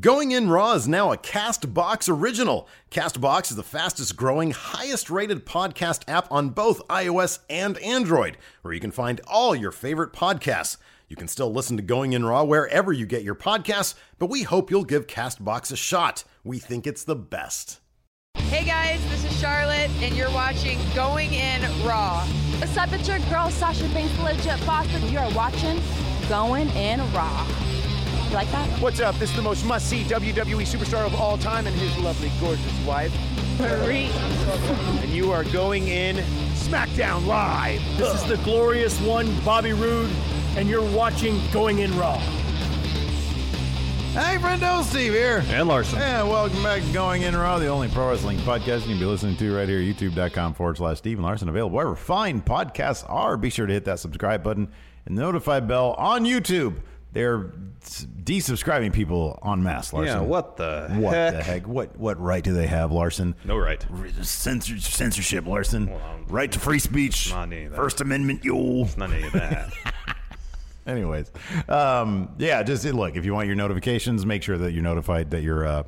Going In Raw is now a Castbox original. Castbox is the fastest growing, highest rated podcast app on both iOS and Android, where you can find all your favorite podcasts. You can still listen to Going In Raw wherever you get your podcasts, but we hope you'll give Castbox a shot. We think it's the best. Hey guys, this is Charlotte, and you're watching Going In Raw. What's up, it's your girl Sasha Banks, legit boss, and you are watching Going In Raw. You like that? What's up? This is the most must see WWE E superstar of all time and his lovely, gorgeous wife, Marie. and you are going in SmackDown Live. This is the glorious one, Bobby Roode, and you're watching Going In Raw. Hey, friendo, Steve here. And Larson. And welcome back to Going In Raw, the only pro wrestling podcast you can be listening to right here, youtube.com forward slash Steven Larson, available wherever fine podcasts are. Be sure to hit that subscribe button and the notify bell on YouTube. They're s- desubscribing people en masse, Larson. Yeah, what the What heck? the heck? What, what right do they have, Larson? No right. R- Censor, censorship, Larson. right to free speech. not any of that. First Amendment, yo. None of that. Anyways, um, yeah, just it- look if you want your notifications, make sure that you're notified that you're uh,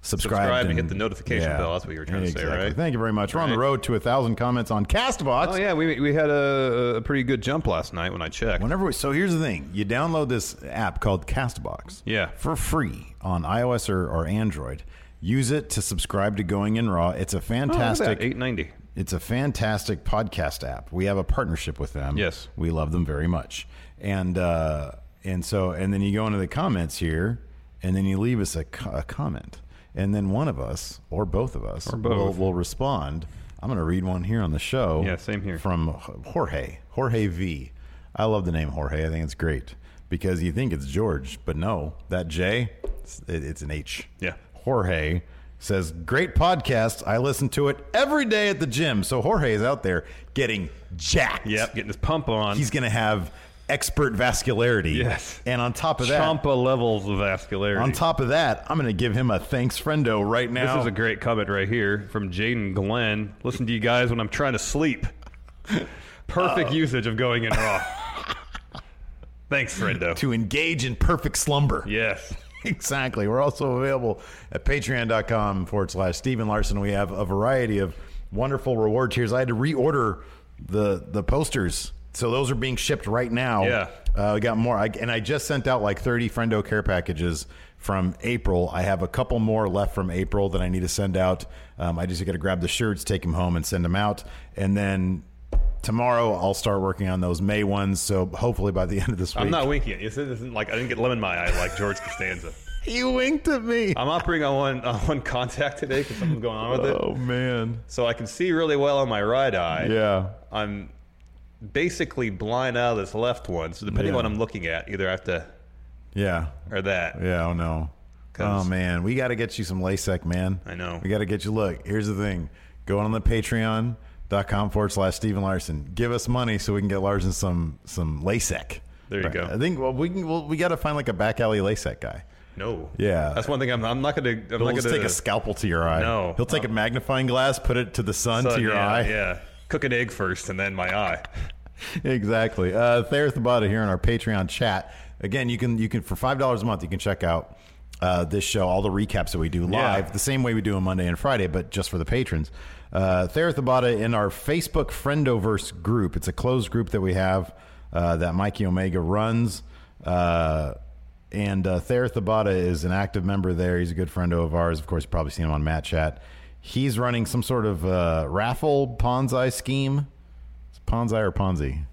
subscribed Subscribe and hit the notification bell. That's what you were trying to say, Exactly. right? Thank you very much. We're on the Right. road to a thousand comments on Castbox. oh yeah, we we had a, a pretty good jump last night when I checked. Whenever we, so here's the thing: you download this app called Castbox, Yeah. for free on iOS or, or Android. Use it to subscribe to Going In Raw. It's Oh, a fantastic Eight ninety. It's a fantastic podcast app. We have a partnership with them. Yes. we love them very much. And uh, and so and then you go into the comments here, and then you leave us a, co- a comment, and then one of us or both of us Will, both. will respond. I'm going to read one here on the show. Yeah, same here. From Jorge, Jorge V. I love the name Jorge. I think it's great because you think it's George, but no, that J, it's, it- it's an H. Yeah. Jorge says, Great podcast. I listen to it every day at the gym. So Jorge is out there getting jacked. Yep, getting his pump on. He's going to have expert vascularity. Yes. And on top of that, Champa levels of vascularity. on top of that, I'm going to give him a thanks friendo right This now. is a great comment right here from Jaden Glenn. Listen to you guys when I'm trying to sleep. Perfect usage of going in raw. Thanks, Frendo. to engage in perfect slumber. yes. exactly. We're also available at patreon.com forward slash Stephen Larson. We have a variety of wonderful reward tiers. I had to reorder the the posters. So those are being shipped right now. Yeah. Uh, we got more. I, and I just sent out like 30 Friendo care packages from April. I have a couple more left from April that I need to send out. Um, I just got to grab the shirts, take them home, and send them out. And then tomorrow I'll start working on those May ones. So hopefully by the end of this week. I'm not winking at you. This isn't like I didn't get lemon in my eye like George Costanza. You winked at me. I'm operating on one on one contact today because something's going on with it. Oh, man. So I can see really well on my right eye. Yeah. I'm basically blind out of this left one. So depending Yeah. on what I'm looking at, either I have to Yeah. or that. Yeah. Oh no. 'Cause- Oh man, we got to get you some LASIK, man. I know. We got to get you. Look, here's the thing. Go on the Patreon.com forward slash Stephen Larson. Give us money so we can get Larson some some LASIK. There you go. I think well, we can. Well, we got to find like a back alley LASIK guy. No. Yeah. That's one thing I'm, I'm not going to. I'm He'll not going just to take a scalpel to your eye. No. Uh, He'll take a magnifying glass, put it to the sun, to your yeah, eye. Yeah. Cook an egg first and then my eye. exactly. Uh, There's the body here in our Patreon chat. Again, you can you can for five dollars a month you can check out uh, this show, all the recaps that we do live, the same way we do on Monday and Friday, but just for the patrons. Uh, Therathabata in our Facebook Friendoverse group. It's a closed group that we have uh, that Mikey Omega runs. Uh, and uh, Thayer Thabata is an active member there. He's a good friend of ours. Of course, you've probably seen him on Matt Chat. He's running some sort of uh, raffle Ponzi scheme. It's Ponzi or Ponzi?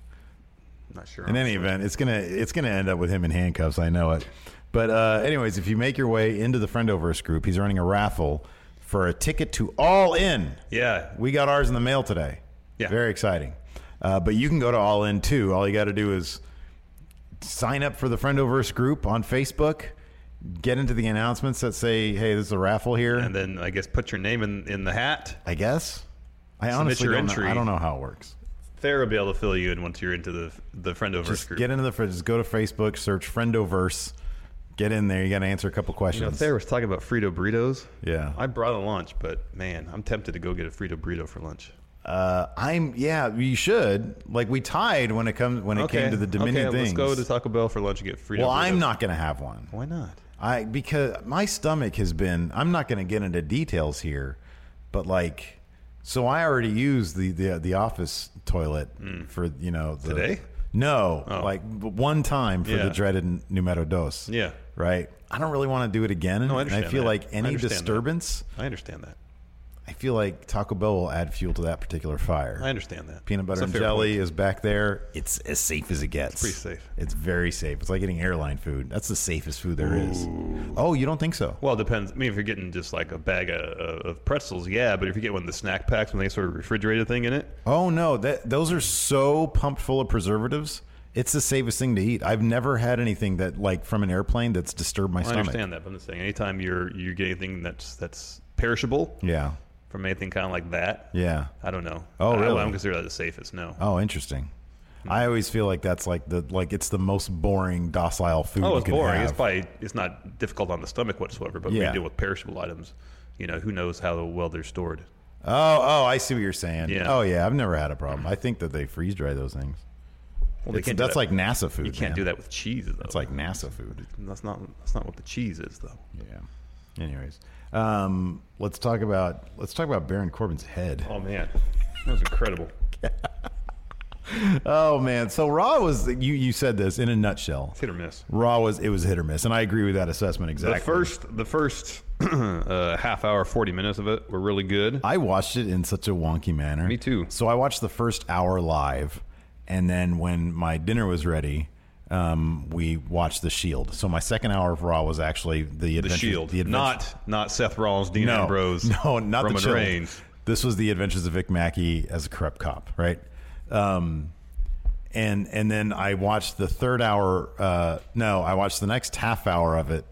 Not sure. In any event, it's gonna it's gonna end up with him in handcuffs. I know it. But uh, anyways, if you make your way into the Friendoverse group, he's running a raffle for a ticket to All In. Yeah. We got ours in the mail today. Yeah. Very exciting. Uh, but you can go to All In too. All you got to do is sign up for the Friendoverse group on Facebook. get into the announcements that say, "Hey, there's a raffle here." and then I guess put your name in, in the hat. I guess. I honestly your don't know. entry. I don't know how it works. Thayer will be able to fill you in once you're into the the friendoverse Just group. get into the fr- just go to Facebook, search Friendoverse, get in there. You got to answer a couple you know, questions. Thayer was talking about Frito burritos. Yeah. I brought a lunch, but man, I'm tempted to go get a Frito burrito for lunch. uh, I'm yeah, you should. Like we tied when it comes when it came to the Dominion okay, things. Let's go to Taco Bell for lunch and get Frito. well, burritos. I'm not going to have one. Why not? I because my stomach has been. I'm not going to get into details here, but like, so I already used the the the office toilet for you know the, Hmm. Today? Oh. No, like b- one time for Yeah. the dreaded numero dos. Yeah. right. I don't really want to do it again. No, I and I understand feel that. like I any understand that. disturbance, I understand that. I feel like Taco Bell will add fuel to that particular fire. I understand that. Peanut It's butter a and fair jelly point. is back there. It's as safe as it gets. It's pretty safe. It's very safe. It's like getting airline food. That's the safest food there is. Oh, you don't think so? Well, it depends. I mean, if you're getting just like a bag of, of pretzels, yeah. But if you get one of the snack packs with any sort of refrigerated thing in it, Oh no, that those are so pumped full of preservatives. It's the safest thing to eat. I've never had anything that like from an airplane that's disturbed my I stomach. understand that. But I'm just saying, anytime you're you get anything that's that's perishable Yeah. from anything kind of like that, Yeah. I don't know. Oh, I, I really? don't consider that the safest. No. Oh, interesting. Hmm. I always feel like that's like the like it's the most boring docile food. Oh, you it's can boring. Have. It's probably it's not difficult on the stomach whatsoever. But when Yeah. you deal with perishable items, you know who knows how well they're stored. oh, oh, I see what you're saying. Yeah. Oh yeah, I've never had a problem. I think that they freeze dry those things. Well, they It's- can't do that's that. like NASA food. you can't man. do that with cheese. Though. It's like NASA food. that's not that's not what the cheese is though. Yeah. Anyways, um, let's talk about let's talk about Baron Corbin's head. Oh man, that was incredible. Oh man, so Raw was you you said this in a nutshell. It's hit or miss. Raw was it was hit or miss, and I agree with that assessment exactly. The first, the first uh, half hour, forty minutes of it were really good. I watched it in such a wonky manner. Me too. So I watched the first hour live, and then when my dinner was ready, um, we watched The Shield. So my second hour of Raw was actually the the Adventures- Shield, the Adventures- not not Seth Rollins, Dean no, Ambrose, no, not Roman the Shield. Reigns. This was the Adventures of Vic Mackey as a corrupt cop, right? Um, and and then I watched the third hour. Uh, no, I watched the next half hour of it.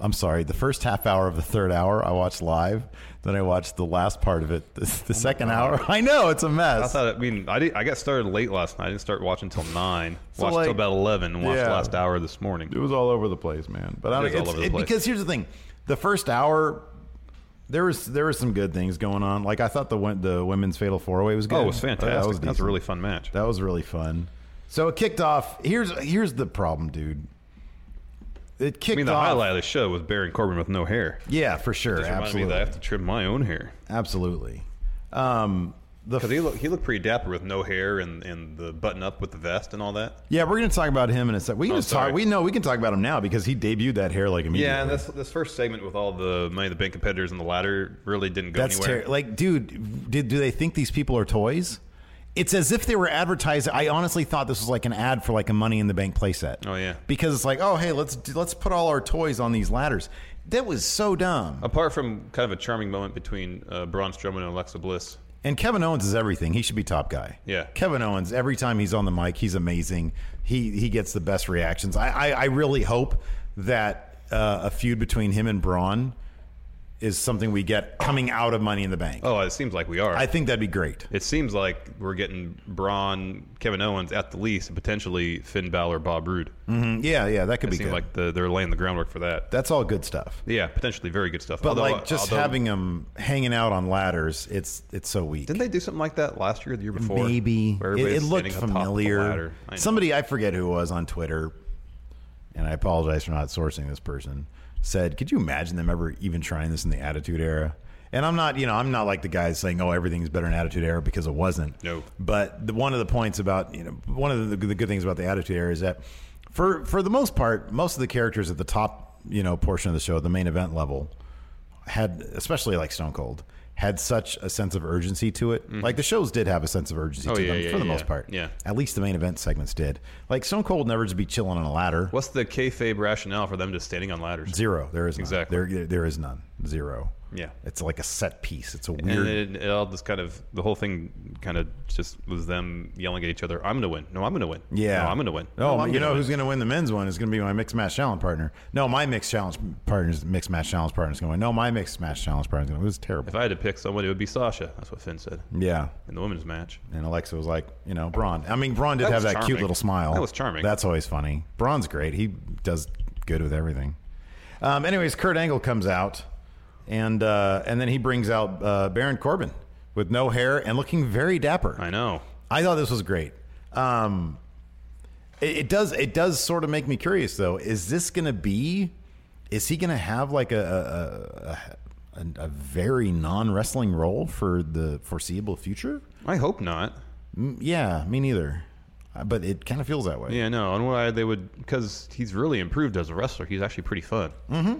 I'm sorry, the first half hour of the third hour I watched live. Then I watched the last part of it, the, the second hour. I know it's a mess. I thought. I mean, I did, I got started late last night. I didn't start watching until nine. So, watched like, till about eleven. And watched yeah. the last hour this morning. Oh, It was all over the place, man. But I don't, It is all it's, over the it- place. because here's the thing: the first hour, there was there were some good things going on. Like I thought the wo- the women's fatal four way was good. Oh, it was fantastic. That was, a decent. really fun match. That was really fun. So it kicked off. Here's here's the problem, dude. It kicked I mean, the off. highlight of the show was Baron Corbin with no hair. Yeah, for sure. Reminded me Absolutely. that I have to trim my own hair Absolutely. Um, the because he looked he looked pretty dapper with no hair and, and the button up with the vest and all that. yeah, we're gonna talk about him in a sec. We can Oh, just sorry. talk. We know we can talk about him now because he debuted that hair like immediately. Yeah, and this this first segment with all the Money in the Bank competitors and the ladder really didn't go That's anywhere. terrible. Like, dude, did do they think these people are toys? It's as if they were advertising. I honestly thought this was like an ad for like a Money in the Bank playset. Oh, yeah. because it's like, oh hey, let's do- let's put all our toys on these ladders. That was so dumb. Apart from kind of a charming moment between uh, Braun Strowman and Alexa Bliss, And Kevin Owens is everything. He should be top guy. Yeah. Kevin Owens. Every time he's on the mic, he's amazing. He he gets the best reactions. I I, I really hope that uh, a feud between him and Braun is something we get coming out of Money in the Bank. oh, it seems like we are. I think that'd be great. it seems like we're getting Braun, Kevin Owens at the least, and potentially Finn Balor, Bob Roode. Mm, Yeah, yeah, that could It be seems good. like the, they're laying the groundwork for that. That's all good stuff. Yeah, potentially very good stuff. But Although- like just although- having them hanging out on ladders, it's it's so weak. Didn't they do something like that last year, or the year before? Maybe Where it, it everybody's looked standing on top of the familiar. ladder. I know. Somebody I forget who it was on Twitter, and I apologize for not sourcing this person. Said, could you imagine them ever even trying this in the Attitude Era? And I'm not, you know, I'm not like the guys saying, "Oh, everything's better in Attitude Era" because it wasn't. No. But the, one of the points about, you know, one of the, the good things about the Attitude Era is that, for for the most part, most of the characters at the top, you know, portion of the show, the main event level, had especially like Stone Cold had such a sense of urgency to it. Like the shows did have a sense of urgency Oh, to yeah, them yeah, for the yeah, most part. yeah. At least the main event segments did. Like Stone Cold never just be chilling on a ladder. What's the kayfabe rationale for them just standing on ladders? Zero. There is none. Exactly. There, there is none. zero. Yeah. It's like a set piece. It's a And weird. it, it all just kind of the whole thing kind of just was them yelling at each other. I'm gonna win. No, I'm gonna win. yeah, no, I'm gonna win. No, I'm Oh, you know gonna who's gonna win the men's one is gonna be my mixed match challenge partner. No, my mixed challenge partner's mixed match challenge partner's gonna win. No, my mixed match challenge partner's gonna. Win. It was terrible. If I had to pick someone, it would be Sasha. That's what Finn said yeah, in the women's match. and Alexa was like, you know, Braun. I mean, Braun did That have that was cute charming. little smile. That was charming. That's always funny. Braun's great. He does good with everything. Um, anyways, Kurt Angle comes out, and uh, and then he brings out uh, Baron Corbin with no hair and looking very dapper. I know. I thought this was great. Um, it, it does it does sort of make me curious though. Is this going to be? Is he going to have like a a, a, a, a very non wrestling role for the foreseeable future? I hope not. Mm, Yeah, me neither. Uh, But it kind of feels that way. Yeah, no. And why they would because he's really improved as a wrestler. He's actually pretty fun. Mm-hmm.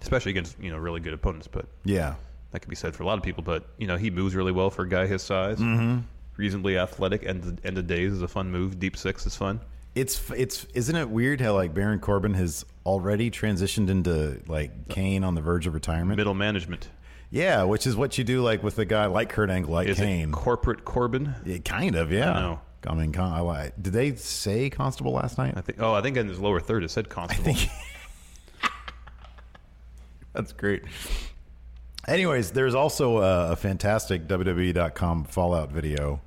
Especially against you know really good opponents, but Yeah. that could be said for a lot of people. But you know he moves really well for a guy his size. Mm-hmm. Reasonably athletic. End of, end of days is a fun move. Deep six is fun. It's it's isn't it weird how like Baron Corbin has already transitioned into like Kane on the verge of retirement? Middle management Yeah, which is what you do like with a guy like Kurt Angle, like is Kane. it corporate Corbin. Yeah, kind of, yeah. I know. I mean, con- I, I- did they say Constable last night? I think. Oh, I think in his lower third it said constable. That's great. Anyways, there's also a, a fantastic WWE.com Fallout video.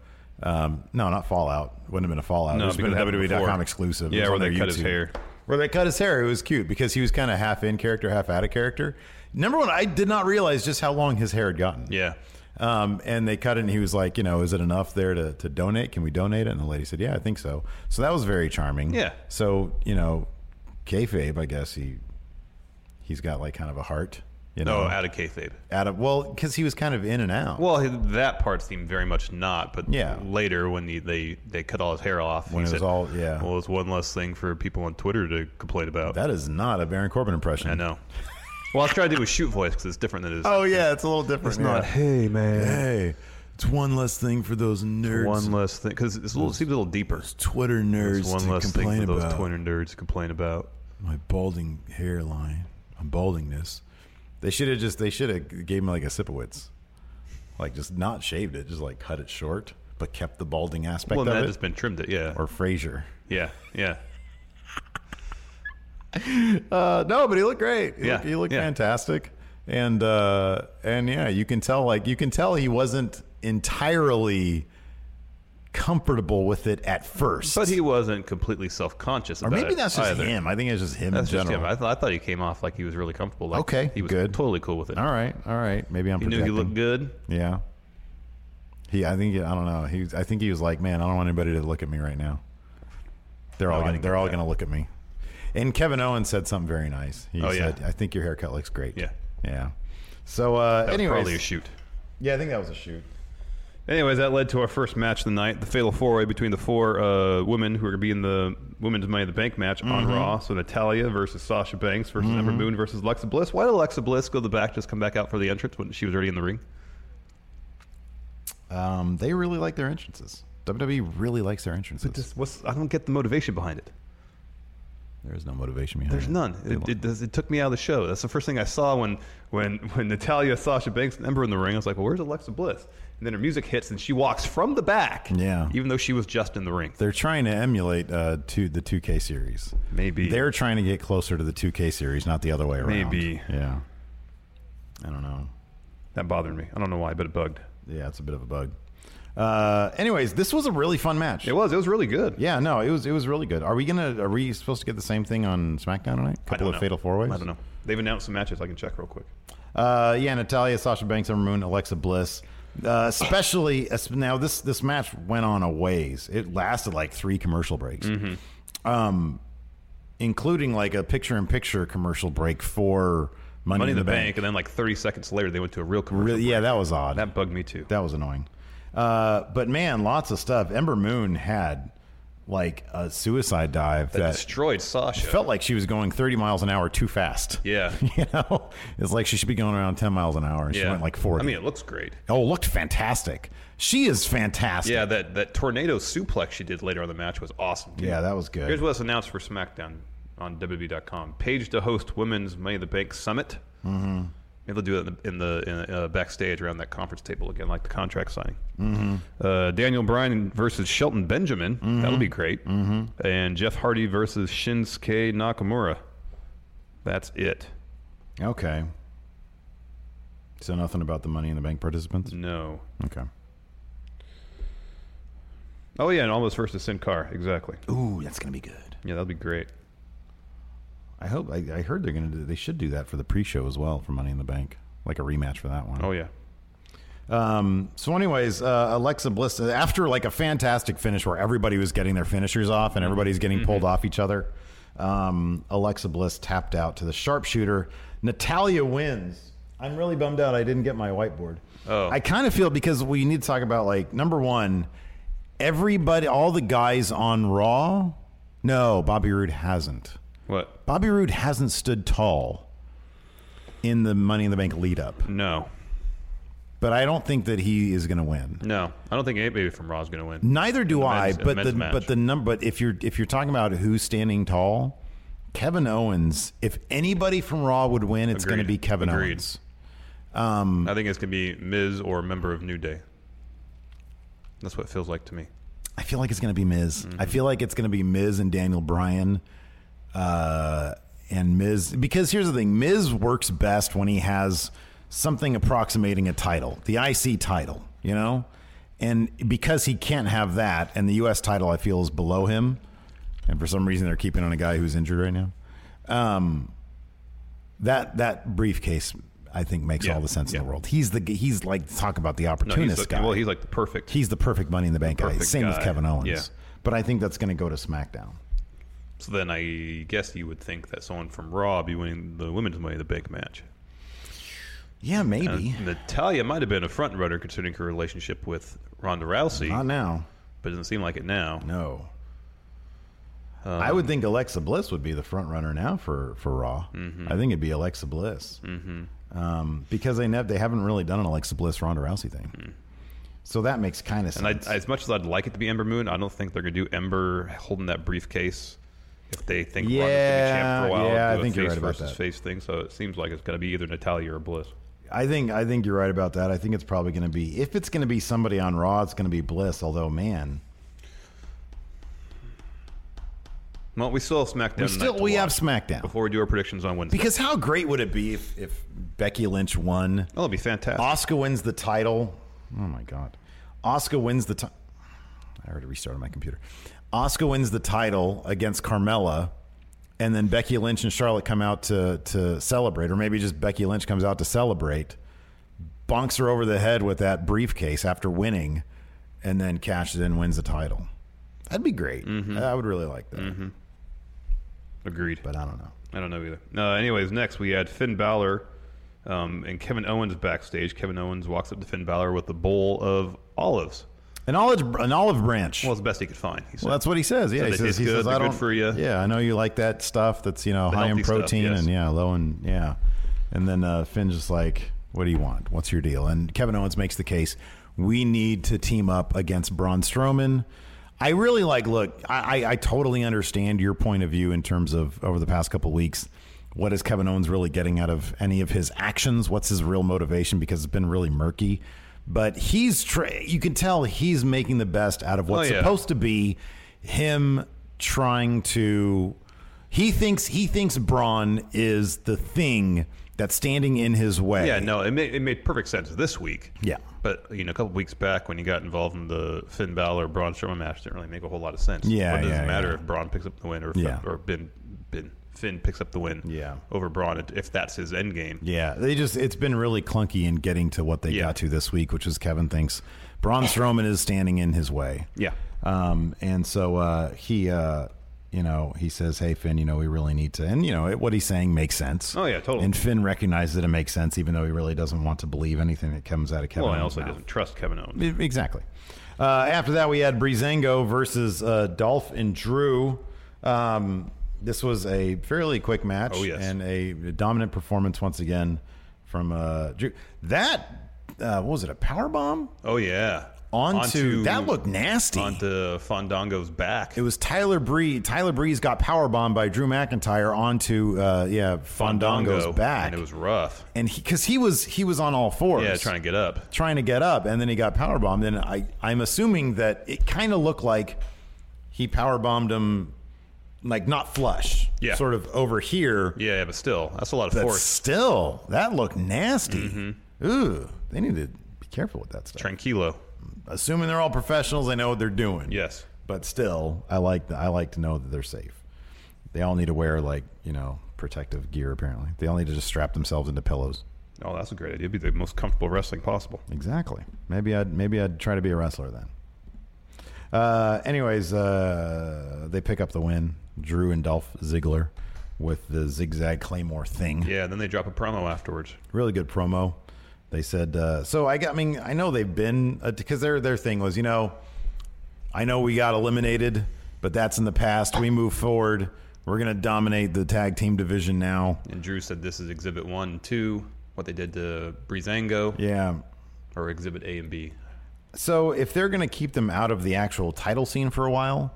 Um, no, not Fallout. Wouldn't have been a Fallout. No, it's been a because that was WWE.com before. exclusive. It Yeah, was where on they their cut his hair. Where they cut his hair. It was cute because he was kind of half in character, half out of character. Number one, I did not realize just how long his hair had gotten. yeah. Um, and they cut it, and he was like, you know, is it enough there to, to donate? Can we donate it? And the lady said, yeah, I think so. So that was very charming. Yeah. So you know, kayfabe, I guess he he's got like kind of a heart. You know, No, out of kayfabe. out of well, because he was kind of in and out. Oh, Well, his- that part seemed very much not, but Yeah. later when the, they they cut all his hair off, When he it was said, all- yeah. Well, it's one less thing for people on Twitter to complain about. that is not a Baron Corbin impression. I know. well, I was trying to do a shoot voice because it's different than his. Oh yeah, it's a little different. It's not, Hey man. Hey, it's one less thing for those nerds. one less thing because it's a little, it seems a little deeper. Twitter nerds It's one less thing for those Twitter nerds to complain about. my balding hairline, my baldingness. They should have just they should have gave him like a Sipowitz, like just not shaved it, just like cut it short, but kept the balding aspect Well, and of that it. has been trimmed it. Yeah. or Frasier. yeah. Yeah. Uh, no, but he looked great. He Yeah, looked, he looked yeah. fantastic, and uh, and yeah, you can tell like you can tell he wasn't entirely comfortable with it at first. But he wasn't completely self conscious or about maybe it that's just either. him. I think it's just him That's in just general. him. I, th- I thought he came off like he was really comfortable. Like Okay, He was good. totally cool with it. all right, all right. Maybe I'm He knew projecting. he looked good. Yeah. He, I think, I don't know. He, was- I think he was like, man, I don't want anybody to look at me right now. They're all, I gonna, didn't they're get all that. going to look at me. And Kevin Owens said something very nice. He Oh, yeah. said, I think your haircut looks great. Yeah. Yeah. So, uh, That was anyways, probably a shoot. yeah, I think that was a shoot. Anyways, that led to our first match of the night, the fatal four way between the four uh, women who are going to be in the women's Money in the Bank match on Mm-hmm. Raw. So Natalia versus Sasha Banks versus Ember Moon versus Alexa Bliss. Why did Alexa Bliss go to the back, just come back out for the entrance when she was already in the ring? Um, they really like their entrances. WWE really likes their entrances. Just what's, I don't get the motivation behind it. there is no motivation behind There's it. none. They It, lo- it, does, it took me out of the show. That's the first thing I saw when when when Natalia, Sasha Banks, and Ember were in the ring. I was like, well, where's Alexa Bliss? And then her music hits and she walks from the back. Yeah. Even though she was just in the ring. They're trying to emulate uh, to the 2K series. Maybe. They're trying to get closer to the 2K series, not the other way around. Maybe. Yeah. I don't know. That bothered me. I don't know why, but it bugged. Yeah, it's a bit of a bug. Uh, anyways, this was a really fun match. It was. It was really good. Yeah, no, it was it was really good. Are we gonna are we supposed to get the same thing on SmackDown tonight? A I couple don't of know. fatal four ways. I don't know. They've announced some matches. I can check real quick. Uh, yeah, Natalia, Sasha Banks, Ember Moon, Alexa Bliss. Uh, especially es- now, this this match went on a ways. It lasted like three commercial breaks, Mm-hmm. um, including like a picture-in-picture commercial break for Money, Money in the, bank. and then like 30 seconds later, they went to a real commercial. Really, yeah, break. that was odd. that bugged me too. That was annoying. Uh, but man, lots of stuff. Ember Moon had like a suicide dive That that, destroyed Sasha. felt like she was going 30 miles an hour too fast. Yeah. You know, it's like she should be going around 10 miles an hour and she yeah, went like 40. I mean, it looks great. oh, looked fantastic. She is fantastic. Yeah, that, that tornado suplex she did later on in the match was awesome. dude. Yeah, that was good. Here's what's announced for SmackDown on E WWE.com. Page to host Women's Money in the Bank Summit. Mm-hmm. Maybe they'll do it in the, in the in, uh, backstage around that conference table again, like the contract signing. Mm-hmm. Uh, Daniel Bryan versus Shelton Benjamin. That'll be great. Mm-hmm. And Jeff Hardy versus Shinsuke Nakamura. That's it. Okay. So nothing about the Money in the Bank Mm. participants. No. Okay. Oh, yeah, and Almost versus Sin Cara. Exactly. Ooh, that's gonna be good. Yeah, that'll be great. I hope. I, I heard they're gonna. Do, they should do that for the pre-show as well for Money in the Bank, like a rematch for that one. Oh, yeah. Um, so, anyways, uh, Alexa Bliss, after like a fantastic finish where everybody was getting their finishers off and everybody's getting pulled off each other, um, Alexa Bliss tapped out to the sharpshooter. Natalia wins. I'm really bummed out I didn't get my whiteboard. Oh. I kind of feel because we need to talk about like number one, everybody, all the guys on Raw. No, Bobby Roode hasn't. What? Bobby Roode hasn't stood tall in the Money in the Bank lead up, No. but I don't think that he is going to win. No. I don't think anybody from Raw is going to win. Neither do the I. men's- in the But the, men's match. but the number. But if you're if you're talking about who's standing tall, Kevin Owens. If anybody from Raw would win, it's going to Agreed. be Kevin Agreed. Owens. I think it's going to be Miz or a member of New Day. That's what it feels like to me. I feel like it's going to be Miz. I feel like it's going to be Miz and Daniel Bryan. Uh, and Miz, because here's the thing Miz works best when he has something approximating a title, the IC title, you know? And because he can't have that, and the U.S. title, I feel, is below him. And for some reason, they're keeping on a guy who's injured right now. Um, that that briefcase, I think, makes Yeah, all the sense in yeah. the world. He's the he's like talk about the No, he's opportunist like, guy well, he's like the perfect. he's the perfect Money in the Bank guy. perfect Same with guy. Kevin Owens. Yeah. But I think that's going to go to SmackDown. So then I guess you would think that someone from Raw would be winning the women's Money in the Bank match. Yeah, maybe. And Natalia might have been a front runner considering her relationship with Ronda Rousey, Not now. but it doesn't seem like it now. No. I Um, would think Alexa Bliss would be the front runner now for for Raw. Mm-hmm. I think it'd be Alexa Bliss mm-hmm. um, because they nev- they haven't really done an Alexa Bliss Ronda Rousey thing. So that makes kind of Mm. And I, sense. as much as I'd like it to be Ember Moon, I don't think they're going to do Ember holding that briefcase if they think Ronda's going to be champ Yeah, for a while. yeah, do I a think you're face right about versus that. face thing. So it seems like it's going to be either Natalia or Bliss. I think I think you're right about that. I think it's probably going to be if it's going to be somebody on Raw, it's going to be Bliss. Although, man, Well, we still have SmackDown. we still we have SmackDown SmackDown before we do our predictions on Wednesday. because how great would it be if, if Becky Lynch won? that'll Oh, be fantastic. Oscar wins the title. Oh my god. Oscar wins the title. I already restarted my computer. Oscar wins the title against Carmella, and then Becky Lynch and Charlotte come out to to celebrate, or maybe just Becky Lynch comes out to celebrate, bonks her over the head with that briefcase after winning, and then cashes in, wins the title. That'd be great. I would really like that, Agreed. but I don't know. I don't know either. Uh, anyways, next we had Finn Balor um, and Kevin Owens backstage. Kevin Owens walks up to Finn Balor with a bowl of olives. An olive, an olive branch. Well, it's the best he could find. He said. Well, that's what he says. Yeah, So he they says taste he good, says they're I good don't. for you. Yeah, I know you like that stuff that's you know high in healthy stuff, protein yes. and yeah low in yeah, and then uh, Finn just like, what do you want? What's your deal? And Kevin Owens makes the case we need to team up against Braun Strowman. I really like. Look, I, I, I totally understand your point of view in terms of over the past couple weeks. What is Kevin Owens really getting out of any of his actions? What's his real motivation? Because it's been really murky. But he's, tra- you can tell he's making the best out of what's Oh, yeah. supposed to be him trying to he thinks he thinks Braun is the thing that's standing in his way. yeah, no, it made, it made perfect sense this week. Yeah. But, you know, a couple weeks back when he got involved in the Finn Balor Braun Strowman match, it didn't really make a whole lot of sense. Yeah, But it doesn't yeah, matter yeah. if Braun picks up the win or if, Yeah. or ben, ben, Finn picks up the win Yeah. over Braun if that's his end game. Yeah, they just it's been really clunky in getting to what they Yeah. got to this week, which is Kevin thinks Braun Strowman is standing in his way. Yeah. Um, and so uh, he, uh, you know, he says, "Hey Finn, you know, we really need to." And you know, it, what he's saying makes sense. Oh, yeah, totally. And Finn recognizes that it makes sense, even though he really doesn't want to believe anything that comes out of Kevin. Well, and Owens' also he mouth. doesn't trust Kevin Owens. E- Exactly. Uh, after that, we had Breezango versus uh, Dolph and Drew. Um, this was a fairly quick match Oh, yes. and a dominant performance once again from uh, Drew. That uh, what was it? A power bomb? Oh, yeah. onto, Onto- that looked nasty. onto Fandango's back. It was Tyler Bree. Tyler Breeze got powerbombed by Drew McIntyre onto uh, yeah Fandango's back, and it was rough. and he because he was he was on all fours, Yeah, trying to get up. trying to get up, and then he got powerbombed. And I I'm assuming that it kind of looked like he powerbombed him like not flush, Yeah. sort of over here. Yeah, yeah, but still, that's a lot of but force. still, that looked nasty. Mm-hmm. Ooh, they need to be careful with that stuff. Tranquilo. Assuming they're all professionals, they know what they're doing. Yes. but still, I like the, I like to know that they're safe. They all need to wear like you know protective gear. Apparently, they all need to just strap themselves into pillows. Oh, that's a great idea. It'd be the most comfortable wrestling possible. Exactly. Maybe I'd maybe I'd try to be a wrestler then. Uh, anyways, uh, they pick up the win. Drew and Dolph Ziggler with the zigzag claymore thing. Yeah, then they drop a promo afterwards. really good promo. They said uh, so. I got. I mean, I know they've been because their their thing was, you know, I know we got eliminated, but that's in the past. We move forward. We're gonna dominate the tag team division now. And Drew said this is Exhibit 1 and 2, what they did to Breezango, Yeah. or Exhibit A and B. So if they're gonna keep them out of the actual title scene for a while,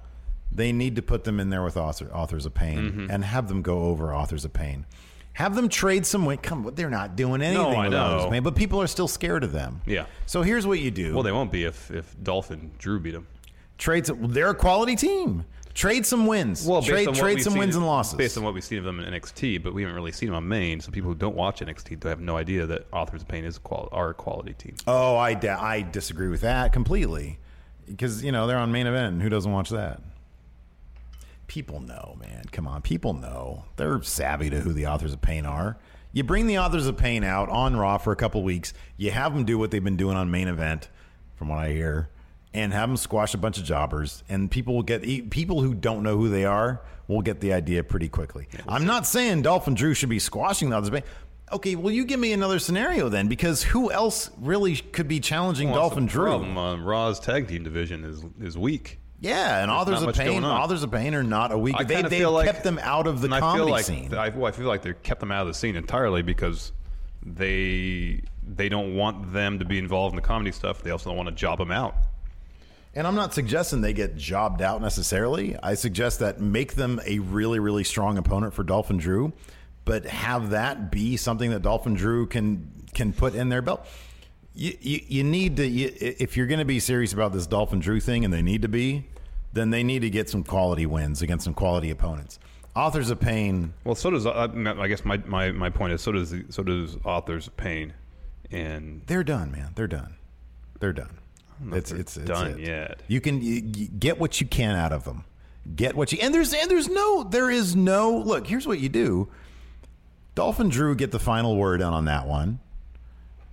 they need to put them in there with author, authors of pain Mm-hmm. and have them go over authors of pain. Have them trade some win. Come, they're not doing anything I with authors of know. pain, but people are still scared of them. Yeah. So here's what you do. Well, they won't be if, if Dolphin Drew beat him. Trades. They're a quality team. Trade some wins. Well, trade trade some wins and losses. Based on what we've seen of them in NXT, but we haven't really seen them on main, so people who don't watch NXT don't have no idea that Authors of Pain is a qual- are a quality team. oh, I da- I disagree with that completely because you know they're on main event. and Who doesn't watch that? People know, man. Come on, people know. They're savvy to who the authors of pain are. You bring the authors of pain out on Raw for a couple weeks. You have them do what they've been doing on main event, from what I hear, and have them squash a bunch of jobbers. And people will get e- people who don't know who they are will get the idea pretty quickly. I'm not saying Dolph and Drew should be squashing the authors of pain. Okay, well, you give me another scenario then, because who else really could be challenging Well, that's Dolph the and Drew? Problem. Um, Raw's tag team division is is weak. Yeah, and authors not of much pain, going on. authors of pain are not a weak. I They kinda they feel like- kept them out of the and comedy I feel like, scene. I, well, I feel like they kept them out of the scene entirely because they they don't want them to be involved in the comedy stuff. They also don't want to job them out. And I'm not suggesting they get jobbed out necessarily. I suggest that make them a really, really strong opponent for Dolphin Drew, but have that be something that Dolphin Drew can can put in their belt. You you, you need to you, if you're going to be serious about this Dolphin Drew thing, and they need to be, then they need to get some quality wins against some quality opponents. Authors of Pain, Well, so does I, mean, I guess my, my, my point is so does the, so does Authors of Pain, and they're done, man. They're done. They're done. It's, they're it's it's done it. yet. You can you, you get what you can out of them. Get what you and there's and there's no there is no look. Here's what you do. Dolphin Drew get the final word on on that one.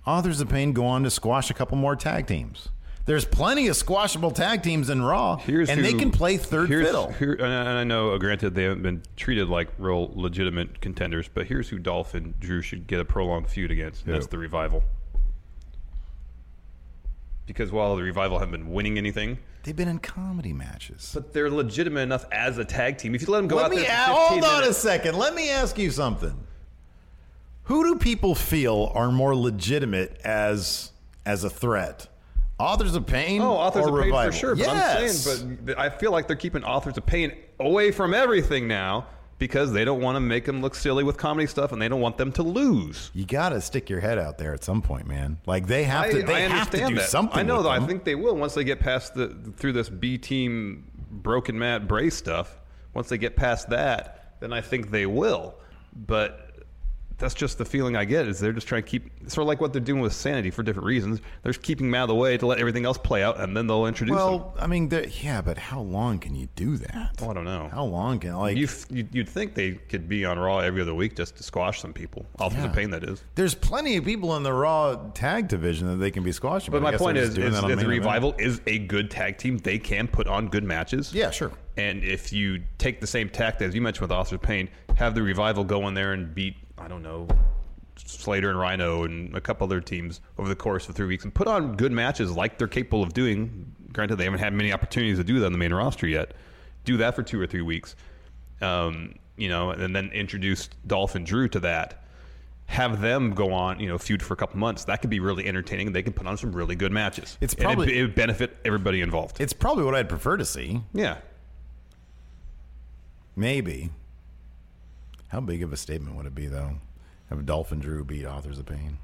Authors of Pain go on to squash a couple more tag teams. There's plenty of squashable tag teams in Raw, Here's and they who- can play third here's- fiddle. Here, and, I, and I know, uh, granted, they haven't been treated like real legitimate contenders, but here's who Dolphin Drew should get a prolonged feud against. And that's Who? the Revival. Because while the Revival haven't been winning anything, They've been in comedy matches. but they're legitimate enough as a tag team. If you let them go Let out me there, for a- 15 hold on minutes- a second. Let me ask you something. Who do people feel are more legitimate as as a threat? Authors of Pain Oh, authors or of Revival? pain for sure. But Yes. I'm saying, but th- I feel like they're keeping authors of pain away from everything now because they don't want to make them look silly with comedy stuff, and they don't want them to lose. you got to stick your head out there at some point, man. Like they have to. I, They I have to understand do that. something. I know, with though. I them. think they will once they get past the through this B team broken Matt Bray stuff. Once they get past that, then I think they will. But that's just the feeling I get is they're just trying to keep sort of like what they're doing with Sanity for different reasons. They're just keeping them out of the way to let everything else play out, and then they'll introduce them. Well, I mean, they're- yeah, but how long can you do that? Oh, I don't know. How long can like You f- you'd you'd think they could be on Raw every other week just to squash some people off Yeah. of the pain that is. There's plenty of people in the Raw tag division that they can be squashing. But I my guess point they're just is, doing is that on that the main event. revival is a good tag team. They can put on good matches. Yeah, sure. And if you take the same tact as you mentioned with Austin Payne, have the revival go in there and beat I don't know Slater and Rhino and a couple other teams over the course of three weeks and put on good matches like they're capable of doing. Granted, they haven't had many opportunities to do that on the main roster yet. Do that for two or three weeks, um, you know, and then introduce Dolphin Drew to that have them go on, you know, feud for a couple months. That could be really entertaining. They could put on some really good matches. It's And it'd probably- be- it would benefit everybody involved. It's probably what I'd prefer to see. yeah. Maybe. How big of a statement would it be, though? Have Dolphin Drew beat Authors of Pain?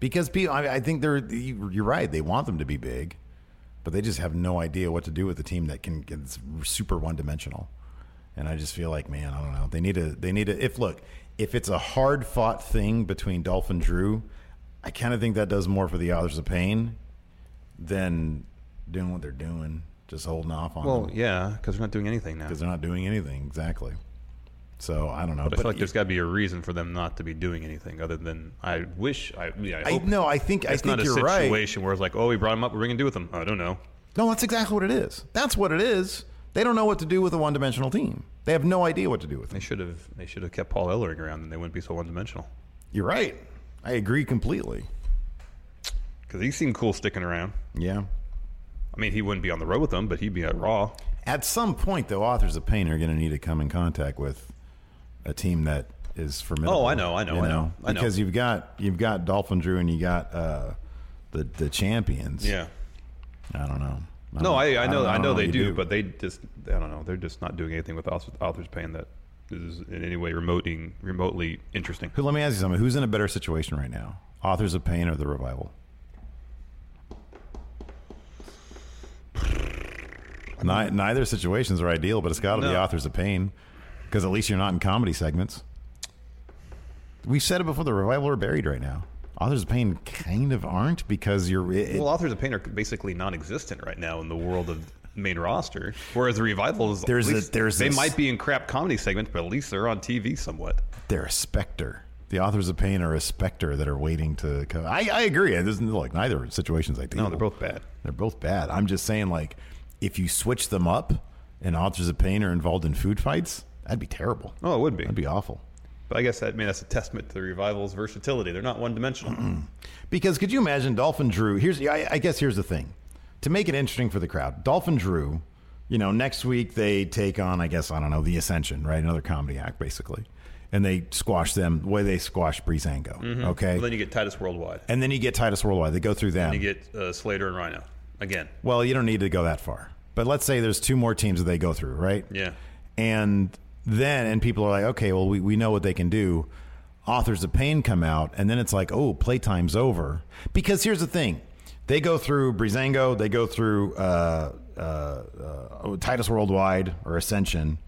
Because people, I, I think they're. you- You're right. They want them to be big, but they just have no idea what to do with a team that can gets super one dimensional. And I just feel like, man, I don't know. They need to. They need to. If look, if it's a hard fought thing between Dolph and Drew, I kind of think that does more for the Authors of Pain than doing what they're doing, just holding off on. them Well, yeah, because they're not doing anything now. because they're not doing anything exactly. So I don't know. But I feel like there's got to be a reason for them not to be doing anything other than I wish. I, yeah, I I, hope no, I think I it's think not a you're right. situation where it's like, oh, we brought him up. What are we gonna do with him? I don't know. No, that's exactly what it is. That's what it is. They don't know what to do with a one-dimensional team. They have no idea what to do with They them. should have. They should have kept Paul Ellering around, and they wouldn't be so one-dimensional. You're right. I agree completely. Because he seemed cool sticking around. Yeah. I mean, he wouldn't be on the road with them, but he'd be at Raw. At some point, though, authors of pain are going to need to come in contact with a team that is formidable. Oh, I know, I know, you I know, I know. Because you've got you've got Dolphin Drew and you got uh, the the champions. Yeah. I don't know. No, don't- I, I know, don't I what know they you do, but they just, I don't know, they're just not doing anything with authors, authors paying that is in any way remoting, remotely interesting. Who- Let me ask you something. Who's in a better situation right now? Authors of Pain or the Revival? Ni- neither situations are ideal, but it's got to be No. Authors of Pain because at least you're not in comedy segments. We've said it before. The Revival are buried right now. Authors of Pain kind of aren't because you're. It, it- Well, authors of pain are basically non-existent right now in the world of main roster, whereas the revivals, at There's a- least there's they this- might be in crap comedy segments, but at least they're on TV somewhat. they're a specter. The Authors of Pain are a specter that are waiting to come. I, I agree. It isn't like neither situation's ideal. No, they're both bad. They're both bad. I'm just saying, like, if you switch them up and Authors of Pain are involved in food fights, that'd be terrible. Oh, it would be. That'd be awful. But I guess that, I mean, that's a testament to the revival's versatility. They're not one-dimensional. Because could you imagine Dolphin Drew? Here's, I, I guess, here's the thing to make it interesting for the crowd Dolphin Drew, you know, next week they take on, I guess, I don't know, The Ascension, right? Another comedy act, basically. And they squash them the way they squash Breezango. Okay. Mm-hmm. Well, then you get Titus Worldwide. and then you get Titus Worldwide. They go through them. You get uh, Slater and Rhino again. Well, you don't need to go that far. But let's say there's two more teams that they go through, right? Yeah. And then and people are like, okay, well we, we know what they can do. Authors of Pain come out, and then it's like, oh, playtime's over. Because here's the thing. They go through Brizango, they go through uh, uh, uh, oh, Titus Worldwide or Ascension,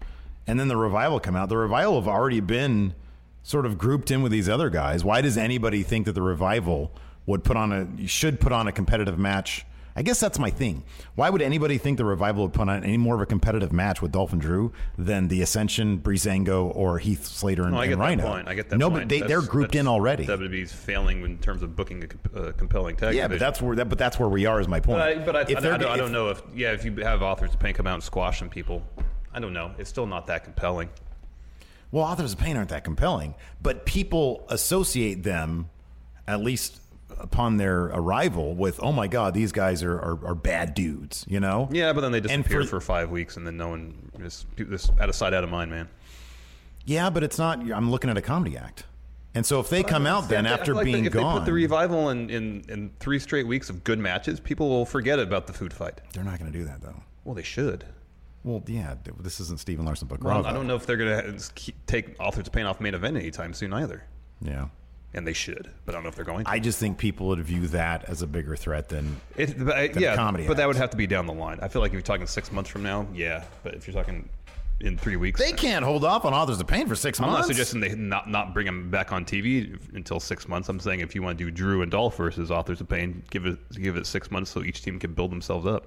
and then the revival come out. The revival have already been sort of grouped in with these other guys. Why does anybody think that the revival would put on a should put on a competitive match? I guess that's my thing. Why would anybody think the revival would put on any more of a competitive match with Dolphin Drew than the Ascension, Breezango, or Heath Slater and, No, I and get Rhino? that point. I get that No, point. but they, they're That's- grouped in that's- already. WWE's failing in terms of booking a comp- uh, compelling tag yeah, but division. that's where that, but that's where we are. Is my point. But I, Uh, but I, I, If I they're- don't, I if- don't know if yeah if you have authors of pain come out and squash some people, I don't know. It's still not that compelling. Well, authors of pain aren't that compelling, but people associate them, at least upon their arrival, with oh my god, these guys are are, are bad dudes, you know? Yeah, but then they And disappear for, five weeks and then no one is this out of sight, out of mind, man. Yeah, but it's not. I'm looking at a comedy act, and so if they come out then after being if gone, they put the revival in, in in three straight weeks of good matches, people will forget about the food fight. they're not going to do that though. Well, they should. Well, yeah, th- this isn't Stephen Larson book. Well, I don't know if they're going to take authors of pain off main event anytime soon either, Yeah, and they should, but I don't know if they're going. to. I just think people would view that as a bigger threat than It, but, I- than a yeah, comedy but that act. would have to be down the line. I feel like if you're talking six months from now, yeah. But if you're talking in three weeks, uh, they can't hold off on authors of pain for 6 I'm months. not suggesting they not not bring them back on TV until six months. I'm saying if you want to do Drew and Dolph versus Authors of Pain, give it give it six months so each team can build themselves up.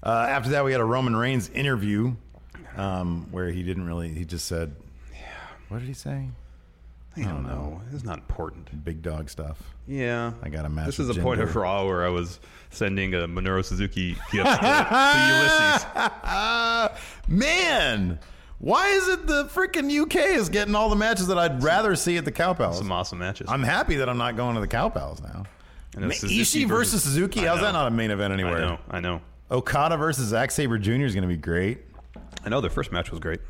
Uh, after that, we had a Roman Reigns interview um, where he didn't really. He just said, "What did he say? I don't know. It's not important. Big dog stuff." Yeah, I got a match This with is a Jim point of Duggan. Raw where I was sending a Minoru Suzuki gift to, to Ulysses. Ah, man, why is it the freaking UK is getting all the matches that I'd rather see at the Cow Palace? Some awesome matches. I'm happy that I'm not going to the Cow Palace now. I know, Ma- Suzuki Ishii versus, versus- Suzuki. I How's that know. not a main event I anywhere? know. I know. Okada versus Zack Saber Jr. is going to be great. I know. Their first match was great.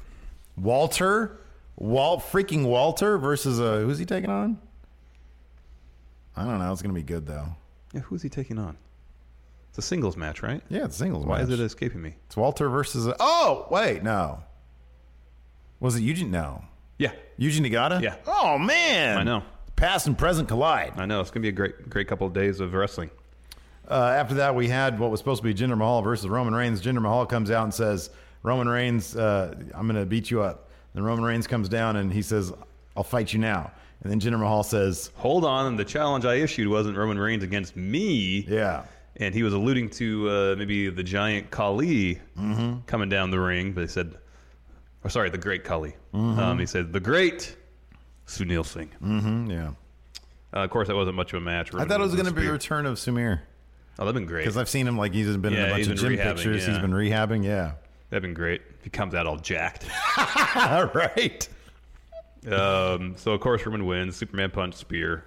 Walter Walt freaking Walter versus uh, who's he taking on? I don't know. It's gonna be good though. Yeah, who's he taking on? It's a singles match, right? Yeah, it's a singles Why match. is it escaping me? It's Walter versus. uh oh wait, no. Was it Eugene? No, Yeah, Eugene Nagata. Yeah. Oh man, I know. Past and present collide. I know. It's gonna be a great, great couple of days of wrestling. Uh, after that, we had what was supposed to be Jinder Mahal versus Roman Reigns. Jinder Mahal comes out and says, "Roman Reigns, uh, I'm going to beat you up." Then Roman Reigns comes down and he says, "I'll fight you now." And then Jinder Mahal says, Hold on, the challenge I issued wasn't Roman Reigns against me. "Yeah." and he was alluding to uh, maybe the giant Kali Mm-hmm. coming down the ring, but he said, or sorry, the great Kali. Um, he said, the great Sunil Singh. Mm-hmm. Mm, yeah. Uh, of course, that wasn't much of a match. I thought it was going to be a spear. return of Sumir Oh, that'd been great. because I've seen him like he's been in Yeah, a bunch he's of been gym rehabbing, pictures. yeah. He's been rehabbing. Yeah. that'd been great. He comes out all jacked. All right. um, so of course, Roman wins. Superman punch spear.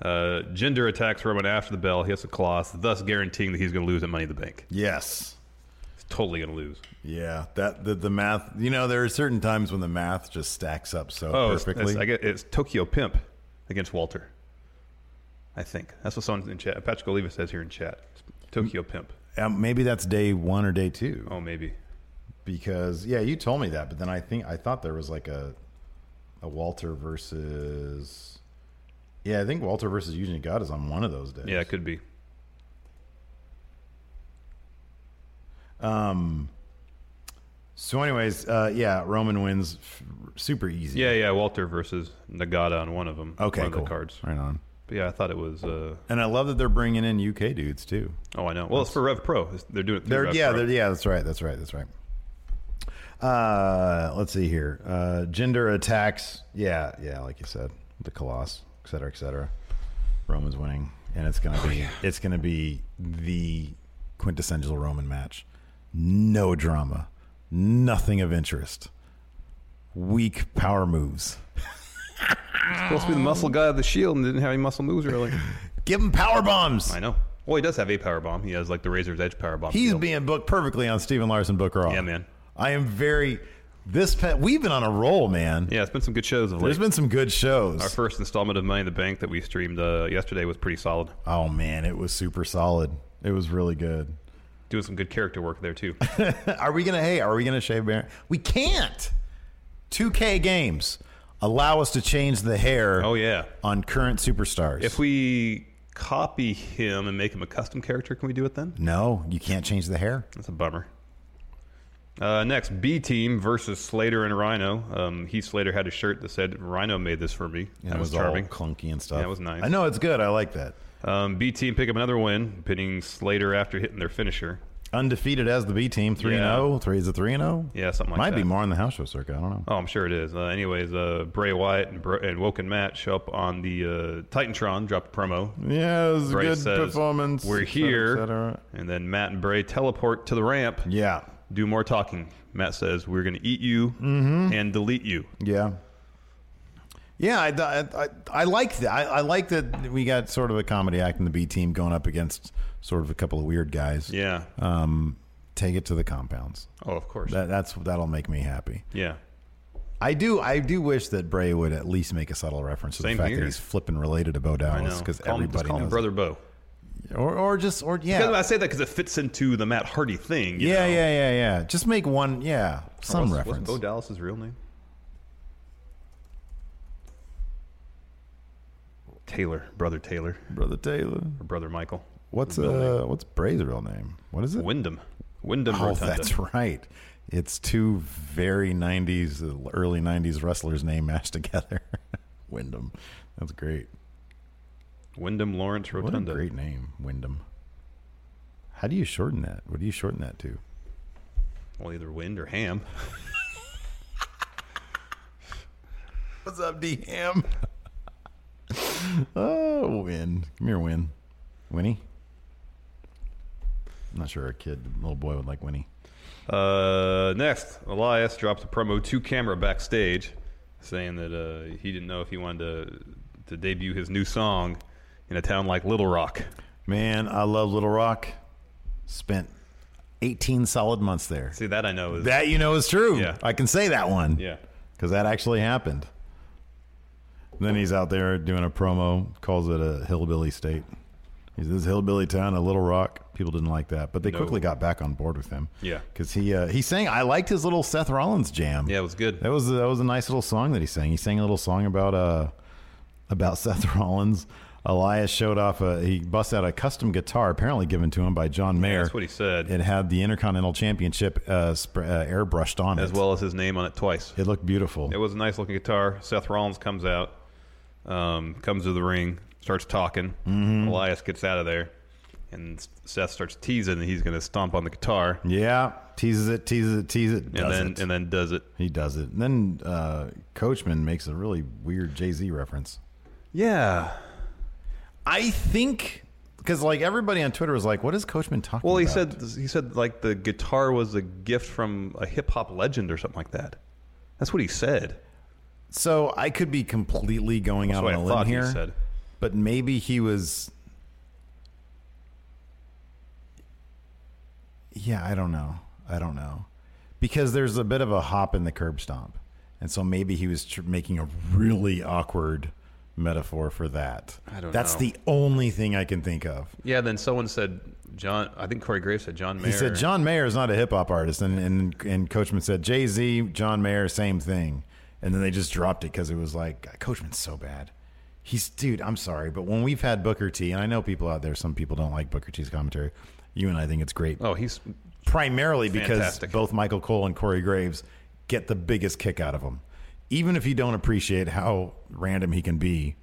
Uh, Jinder attacks Roman after the bell. He has a cloth, thus guaranteeing that he's going to lose at Money in the Bank. Yes. He's totally going to lose. Yeah. That the, the math. You know, there are certain times when the math just stacks up so Oh, it's- perfectly. It's, I guess it's Tokyo Pimp against Walter. I think that's what someone in chat. Patrick Oliva says here in chat. Tokyo Pimp. Um, maybe that's day one or day two Oh, maybe. because yeah, you told me that, but then I think I thought there was like a a Walter versus. Yeah, I think Walter versus Eugene God is on one of those days. Yeah, it could be. So, anyways, uh, yeah, Roman wins f- super easy. Yeah, yeah. Walter versus Nagata on one of them. Okay. one of cool. the cards. Right on. But yeah, I thought it was. Uh, And I love that they're bringing in UK dudes too. oh, I know. Well, it's for Rev Pro. It's- they're doing. It through They're Rev yeah, Pro. they're, yeah. That's right. That's right. That's right. Uh, let's see here. Uh, gender attacks. Yeah, yeah. Like you said, the Colossus, et cetera, et cetera. Roman's winning, and it's Oh, gonna be it's gonna be the quintessential Roman match. No drama, nothing of interest. Weak power moves. supposed to be the muscle guy of the Shield and didn't have any muscle moves really. Give him power bombs. I know. Well, he does have a power bomb. He has like the Razor's Edge power bomb. He's deal. being booked perfectly on Steven Larson Book Raw. Yeah, man. I am very. This pet, we've been on a roll, man. Yeah, it's been some good shows of There's late. been some good shows. Our first installment of Money in the Bank that we streamed uh, yesterday was pretty solid. oh man, it was super solid. It was really good. Doing some good character work there too. Are we gonna? Hey, are we gonna shave Baron? We can't. 2K games allow us to change the hair. Oh yeah. on current superstars. If we copy him and make him a custom character, can we do it then? no, you can't change the hair. That's a bummer. Uh, next, B Team versus Slater and Rhino. Um, Heath Slater had a shirt that said "Rhino made this for me." And that it was, all charming. clunky and stuff. Yeah, it was nice. I know it's good. I like that. Um, B Team pick up another win, pinning Slater after hitting their finisher. Undefeated as the B team, three and Yeah. zero. Three is a three and zero. Yeah, something like Might be that. more on the house show circuit. I don't know. Oh, I'm sure it is. Uh, anyways, uh, Bray Wyatt and, Bro- and Woken Matt show up on the uh, Titantron, dropped a promo. Yeah, it was a Bray good says, performance. We're et cetera, here, et cetera." and then Matt and Bray teleport to the ramp. Yeah, do more talking. Matt says, We're going to eat you Mm-hmm. and delete you. yeah, yeah. I, I, I, I like that. I, I like that we got sort of a comedy act in the B team going up against sort of a couple of weird guys. Yeah. Um, take it to the compounds. oh, of course. That, that's that'll make me happy. yeah. I do. I do wish that Bray would at least make a subtle reference to Same the fact here. that he's flipping related to Bo I Dallas know. because Call him- just everybody call him knows. Brother Bo. it. Or, or just or yeah. Because I say that because it fits into the Matt Hardy thing. you yeah, know? yeah, yeah, yeah. Just make one, yeah, some What's- what's reference. Bo Dallas's real name? Taylor. Brother Taylor. Brother Taylor. Or Brother Michael. What's uh, what's Bray's real name? What is it? Wyndham. Wyndham Oh, Rotunda. that's right. It's two very '90s, early '90s wrestlers' name mashed together. Wyndham. That's great. Wyndham Lawrence What a Rotunda. great name, Wyndham. How do you shorten that? What do you shorten that to? Well, either Wind or Ham. What's up, D Ham? oh, Win. Come here, Win. Winnie. I'm not sure a kid, a little boy would like Winnie. Uh, next, Elias drops a promo to camera backstage, saying that uh, he didn't know if he wanted to to debut his new song in a town like Little Rock. Man, I love Little Rock. Spent 18 solid months there. See, that I know is That you know is true. Yeah. I can say that one. yeah. because that actually happened. Then he's out there doing a promo, calls it a hillbilly state. He says, "This hillbilly town, a Little Rock." People didn't like that, but they No. quickly got back on board with him. Yeah. because he uh, he sang. I liked his little Seth Rollins jam. Yeah, it was good. That was that was a nice little song that he sang. He sang a little song about uh about Seth Rollins. Elias showed off a he busted out a custom guitar apparently given to him by John Mayer. that's what he said. It had the Intercontinental Championship uh, sp- uh, airbrushed on as it well as his name on it twice. It looked beautiful. It was a nice looking guitar. Seth Rollins comes out, um, comes to the ring, starts talking. Mm-hmm. Elias gets out of there, and Seth starts teasing that he's going to stomp on the guitar, yeah, teases it, teases it, teases it. and does then it. and then does it. he does it. And then uh, Coachman makes a really weird Jay Z reference. Yeah. I think because like everybody on Twitter was like, "What is Coachman talking?" Well, he about? said he said like the guitar was a gift from a hip hop legend or something like that. That's what he said. So I could be completely going out what on I a thought limb he here, said. but maybe he was. Yeah, I don't know. I don't know because there's a bit of a hop in the curb stomp, and so maybe he was tr- making a really awkward metaphor for that. I don't That's know. the only thing I can think of. Yeah. Then someone said John. I think Corey Graves said John Mayer. He said John Mayer is not a hip hop artist, and, and and Coachman said Jay Z, John Mayer, same thing. And then they just dropped it because it was like "God, Coachman's so bad. He's dude. I'm sorry, but when we've had Booker T, and I know people out there, some people don't like Booker T's commentary. You and I think it's great, Oh, he's primarily because Fantastic. both Michael Cole and Corey Graves get the biggest kick out of him. Even if you don't appreciate how random he can be,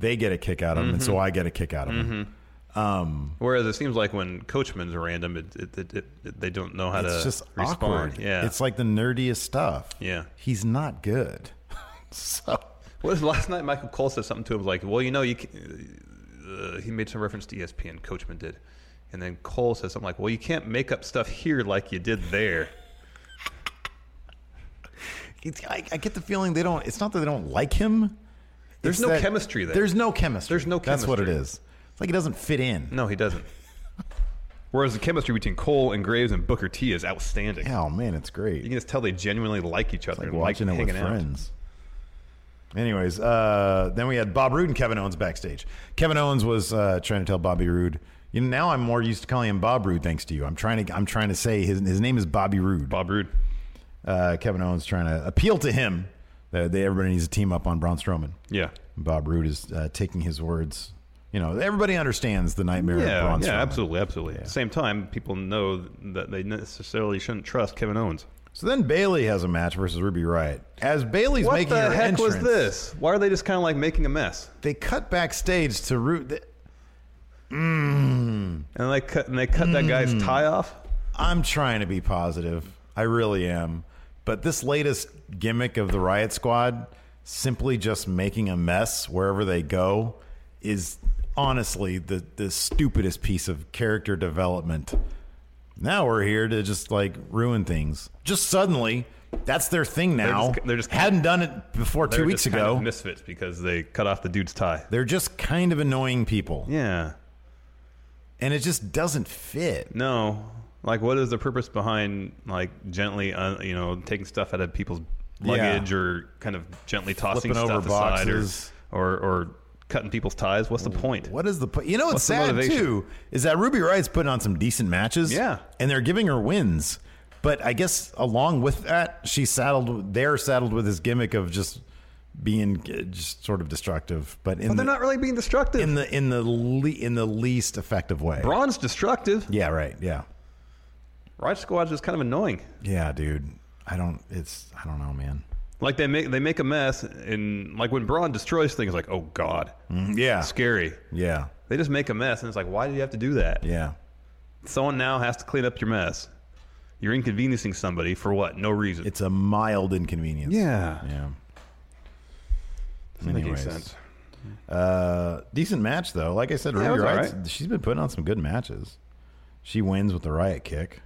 they get a kick out of him, and Mm-hmm. so I get a kick out of him. Whereas it seems like when coachmen's are random, it, it, it, it, they don't know how it's to just respond. awkward. Yeah, it's like the nerdiest stuff. Yeah. he's not good. so what was last night? Michael Cole said something to him like, "Well, you know, you can, uh, he made some reference to ESPN. Coachman did, and then Cole said something like, "Well, you can't make up stuff here like you did there." it's, I, I get the feeling they don't. It's not that they don't like him. There's It's no that- chemistry there. There's no chemistry. There's no That's what it chemistry. is. It's like he doesn't fit in. No, he doesn't. Whereas the chemistry between Cole and Graves and Booker T is outstanding. Oh man, it's great. You can just tell they genuinely like each other. It's like watching and it with hanging out. friends. Anyways, uh, then we had Bob Roode and Kevin Owens backstage. Kevin Owens was uh, trying to tell Bobby Roode. You know, now I'm more used to calling him Bob Roode thanks to you. I'm trying to I'm trying to say his his name is Bobby Roode. Bob Roode. uh, Kevin Owens trying to appeal to him that they, everybody needs to team up on Braun Strowman. Yeah. Bob Roode is uh, taking his words. You know, everybody understands the nightmare Yeah, of Braun yeah, Strowman. absolutely, absolutely. At the same time, people know that they necessarily shouldn't trust Kevin Owens. So then Bailey has a match versus Ruby Riot. As Bailey's what making the her heck was entrance, this? Why are they just kind of like making a mess? They cut backstage to Roode. th- And they cut and they cut that guy's Mm. tie off. I'm trying to be positive. I really am. But this latest gimmick of the Riot Squad, simply just making a mess wherever they go, is honestly the, the stupidest piece of character development. Now we're here to just like ruin things. Just suddenly, that's their thing now. just- they're just- hadn't done it before two They're weeks just kind ago. of misfits because they cut off the dude's tie. they're just kind of annoying people, Yeah, and it just doesn't fit. no. Like, what is the purpose behind like gently, uh, you know, taking stuff out of people's luggage or kind of gently tossing Flipping stuff over aside or, boxes. or or cutting people's ties? What's the point? What is the po- you know what's, What's the sad motivation? too is that Ruby Riot's putting on some decent matches, Yeah. and they're giving her wins. But I guess along with that, she's saddled. They're saddled with this gimmick of just being uh, just sort of destructive, but in But they're the, not really being destructive. in the in the le- in the least effective way. Braun's destructive. yeah, right. Yeah, Riot Squad's just kind of annoying. yeah, dude. I don't. It's I don't know, man. Like they make they make a mess, and like when Braun destroys things, like oh god, Yeah, scary. yeah, They just make a mess, and it's like, why do you have to do that? yeah. Someone now has to clean up your mess. You're inconveniencing somebody for what? No reason. It's a mild inconvenience. Yeah. yeah. Doesn't make any anyways. sense. Uh, decent match though. Like I said, Yeah, it Ruby was all Riot's- right. she's been putting on some good matches. She wins with the riot kick.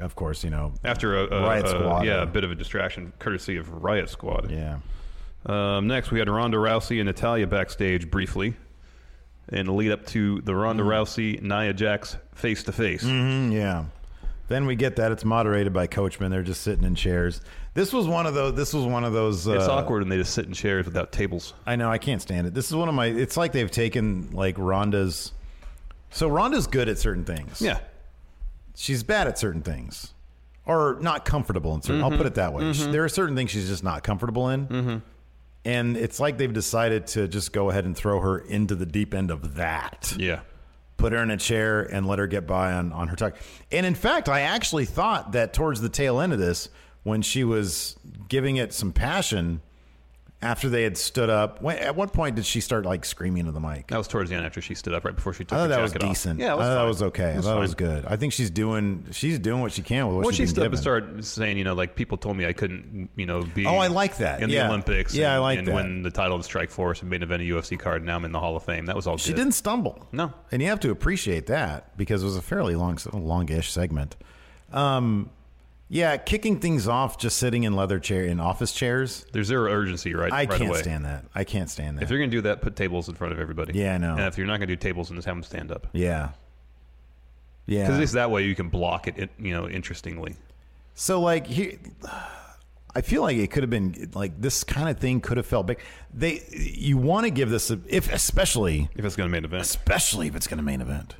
Of course, you know. After a, a Riot a- Squad. yeah, a bit of a distraction courtesy of Riot Squad. Yeah. Um, next, we had Ronda Rousey and Natalia backstage briefly, Mm-hmm. in the lead up to the Ronda Rousey Nia Jax face to face. Mm, yeah. Then we get that it's moderated by coachmen. They're just sitting in chairs. This was one of those. This was one of those. It's uh, awkward and they just sit in chairs without tables. I know I can't stand it. This is one of my. It's like they've taken like Rhonda's. So Rhonda's good at certain things. Yeah. she's bad at certain things, or not comfortable in certain. I'll put it that way. She- There are certain things she's just not comfortable in, and it's like they've decided to just go ahead and throw her into the deep end of that Yeah. put her in a chair and let her get by on, on her talk. And in fact, I actually thought that towards the tail end of this, when she was giving it some passion after they had stood up, when, at what point did she start like screaming to the mic? That was towards the end after she stood up right before she took I thought her that was jacket off. decent. Yeah, it was I thought fine. that was okay. I It was thought it fine. was good. I think she's doing she's doing what she can with what Well, she she's stood been up and given. started saying, you know, like people told me I couldn't, you know, be. Oh, I like that. in Yeah. the Olympics. Yeah, I and- like and that. win the title of Strike Force and main event a UFC card. and Now I'm in the Hall of Fame. That was all. She good. didn't stumble. No. and you have to appreciate that because it was a fairly long, longish segment. Um, yeah, kicking things off, just sitting in leather chair in office chairs. There's zero urgency, right? I right can't away. stand that. I can't stand that. If you're gonna do that, put tables in front of everybody. Yeah, I know. And if you're not gonna do tables, then just have them stand up. yeah. Yeah. Because at least that way you can block it, it, you know, interestingly. so like he, I feel like it could have been like this kind of thing could have felt big. They you want to give this a, if especially If it's gonna main event, especially if it's going to main event.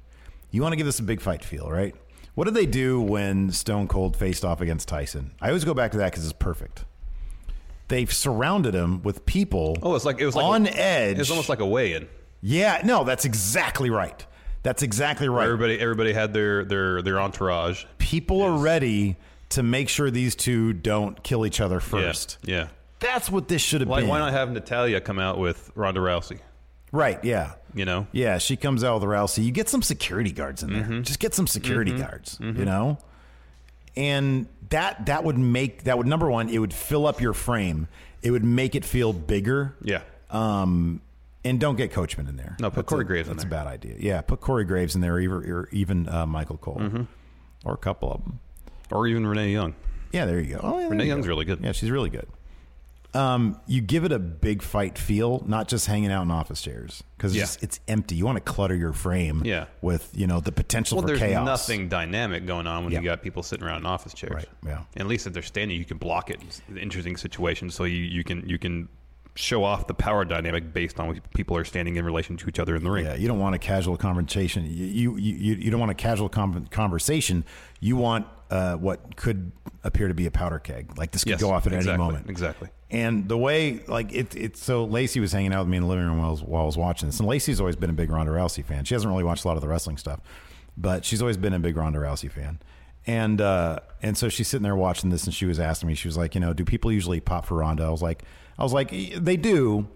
You want to give this a big fight feel, right? What did they do when Stone Cold faced off against Tyson? I always go back to that because it's perfect. They've surrounded him with people. oh, it's like it was like on a- edge. It was almost like a weigh-in. yeah, no, that's exactly right. That's exactly right. Everybody, everybody had their their their entourage. people are ready to make sure these two don't kill each other Yeah, first. Yeah. That's what this should have Why, been. why not have Natalia come out with Ronda Rousey? Right? Yeah. You know. Yeah, she comes out with Rousey. You get some security guards in there. Mm-hmm. Just get some security guards, you know? And that that would make that would number one, it would fill up your frame. It would make it feel bigger. Yeah. Um and don't get Coachman in there. No, put That's Corey a, Graves in That's there. a bad idea. Yeah, put Corey Graves in there, or even, or even uh, Michael Cole, Mm-hmm. or a couple of them. Or even Renee Young. Yeah, there you go. Oh, yeah, there Renee you Young's go. really good. Yeah, she's really good. Um, you give it a big fight feel, not just hanging out in office chairs because it's, Yeah. just- it's empty. You want to clutter your frame, Yeah. with you know the potential Well, for there's chaos. nothing dynamic going on when Yeah. you got people sitting around in office chairs. Right, yeah. And at least if they're standing, you can block it. It's an interesting situation, so you, you can you can show off the power dynamic based on what people are standing in relation to each other in the ring. Yeah, you don't want a casual conversation. You you you, you don't want a casual con conversation. You want uh, what could appear to be a powder keg. Like this could Yes, go off at any exactly, moment. exactly. And the way like it it's so Lacey was hanging out with me in the living room while I was, while I was watching this. And Lacey's always been a big Ronda Rousey fan. She hasn't really watched a lot of the wrestling stuff, but she's always been a big Ronda Rousey fan. And uh, and so she's sitting there watching this, and she was asking me, she was like, you know, do people usually pop for Ronda? I was like, I was like, they do.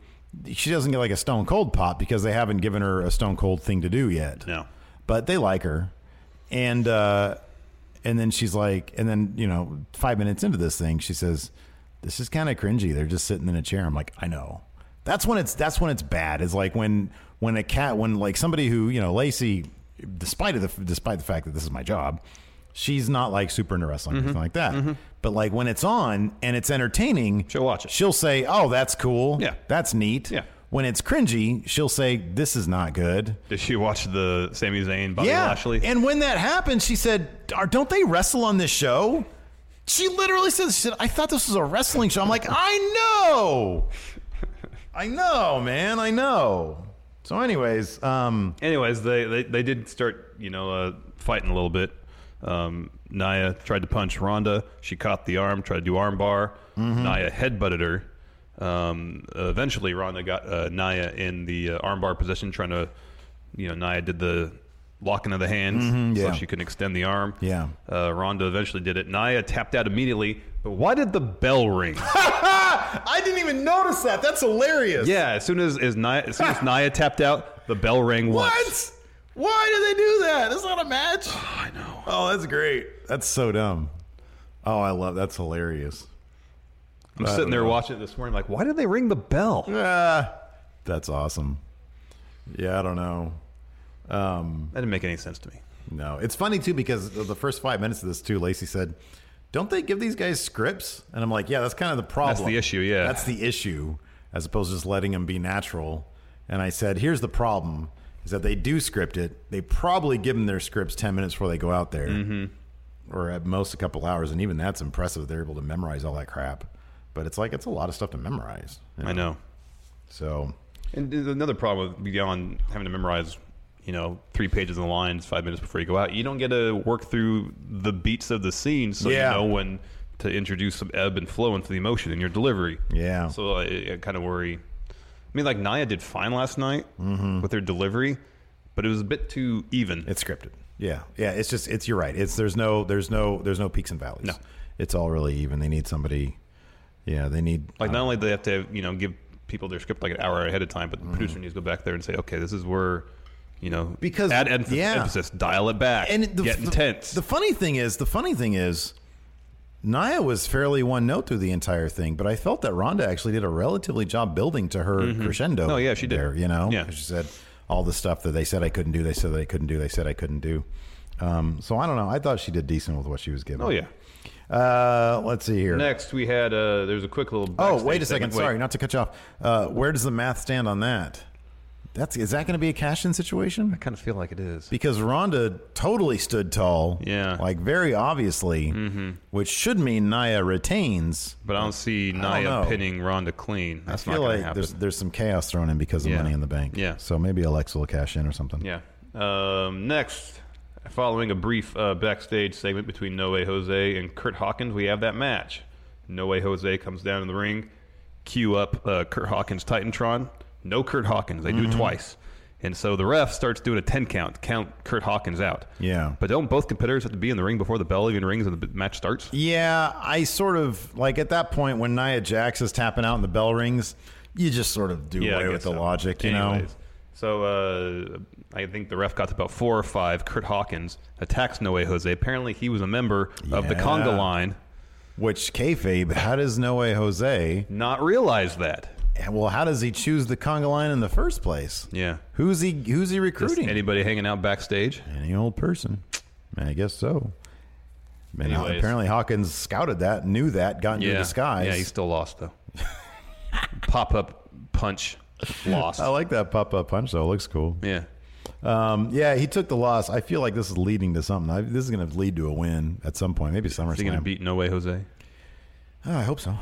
She doesn't get like a stone cold pop because they haven't given her a stone cold thing to do yet No. but they like her and uh and then she's like and then you know five minutes into this thing she says this is kind of cringy they're just sitting in a chair i'm like i know that's when it's that's when it's bad it's like when when a cat when like somebody who you know lacey despite of the despite the fact that this is my job she's not like super into wrestling Mm-hmm. or anything like that but like when it's on and it's entertaining She'll watch it. she'll say oh that's cool Yeah. that's neat Yeah. when it's cringy she'll say this is not good Did she watch the Sami Zayn, Bobby yeah. Lashley? And when that happened, she said, Are, Don't they wrestle on this show? She literally said, she said, I thought this was a wrestling show. I'm like, I know. I know, man. I know. So, anyways, um, Anyways, they, they they did start you know uh, fighting a little bit. Um, Naya tried to punch Ronda. She caught the arm, tried to do arm bar. Mm-hmm. Naya headbutted her. Um, eventually, Ronda got uh, Naya in the uh, arm bar position, trying to you know Naya did the locking of the hands, Mm-hmm, yeah. so she couldn't extend the arm. Yeah. uh, Ronda eventually did it. Naya tapped out immediately. But why did the bell ring? I didn't even notice that. That's hilarious. yeah, as soon as, as Naya as soon as Naya tapped out, the bell rang once. What? Why do they do that? It's not a match. I know. Oh, that's great. That's so dumb. Oh, I love That's hilarious. I'm Uh, sitting there watching it this morning, like, why did they ring the bell? Ah, that's awesome. Yeah, I don't know. Um, That didn't make any sense to me. No, it's funny too because the first five minutes of this too, Lacey said, "Don't they give these guys scripts?" And I'm like, "Yeah, that's kind of the problem. the issue, yeah. that's the issue, as opposed to just letting them be natural." And I said, "Here's the problem: is that they do script it. They probably give them their scripts ten minutes before they go out there." Mm-hmm. or at most a couple hours, and even that's impressive. They're able to memorize all that crap, but it's like it's a lot of stuff to memorize. you I know. So And there's another problem with beyond having to memorize, you know, three pages of the lines five minutes before you go out, you don't get to work through the beats of the scene, so Yeah. you know when to introduce some ebb and flow into the emotion in your delivery. Yeah. So I, I kind of worry. I mean, like Naya did fine last night Mm-hmm. with her delivery, but it was a bit too even. it's scripted. Yeah, yeah. It's just it's you're right. It's there's no there's no there's no peaks and valleys. No. it's all really even. They need somebody. Yeah, they need like not only do they have to you know give people their script like an hour ahead of time, Mm-hmm. but the producer needs to go back there and say, okay, this is where. You know, Because- add emphasis, yeah. emphasis, dial it back, and the, get the- intense. The, funny thing is, the funny thing is, Naya was fairly one note through the entire thing, but I felt that Rhonda actually did a relatively job building to her crescendo. Oh, yeah, she did. There, you know, Yeah. 'Cause she said all the stuff that they said I couldn't do. They said I couldn't do. They said I couldn't do. Um, so I don't know. I thought she did decent with what she was given. oh yeah, Uh, let's see here. Next, we had uh, there's a quick little. Oh, backstage wait a second. segment. Sorry, not to cut you off. Uh, where does the math stand on that? That's is that going to be a cash-in situation? I kind of feel like it is. because Rhonda totally stood tall. Yeah. Mm-hmm. Like very obviously, which should mean Naya retains. But I don't see don't Naya know. pinning Ronda clean. That's I feel not going like to happen. there's there's some chaos thrown in because of Yeah. money in the bank. Yeah. So maybe Alexa will cash in or something. Yeah. Um, next, following a brief uh, backstage segment between No Way Jose and Kurt Hawkins, we have that match. No Way Jose comes down in the ring, cue up uh, Kurt Hawkins Titantron. No Kurt Hawkins. They do it twice. And so the ref starts doing a 10 count, count Kurt Hawkins out. Yeah. But don't both competitors have to be in the ring before the bell even rings and the b- match starts? Yeah, I sort of like at that point when Nia Jax is tapping out and the bell rings, you just sort of do I away with guess the so. logic, you Anyways, So uh, I think the ref got to about four or five. Kurt Hawkins attacks Noe Jose. Apparently, he was a member of the Yeah. conga line. know. Which kayfabe? How does Noe Jose? Not realize that. Well, how does he choose the conga line in the first place? Yeah. Who's he? Who's he Just recruiting? anybody hanging out backstage? Any old person. I guess so. Man, Anyways. apparently Hawkins scouted that, knew that, got into yeah. disguise. Yeah, he still lost though. Pop up punch lost. I like that pop up punch though. It looks cool. yeah. Um, yeah, he took the loss. I feel like this is leading to something. I, this is going to lead to a win at some point. Maybe Is he going to SummerSlam. beat No Way Jose? oh, I hope so.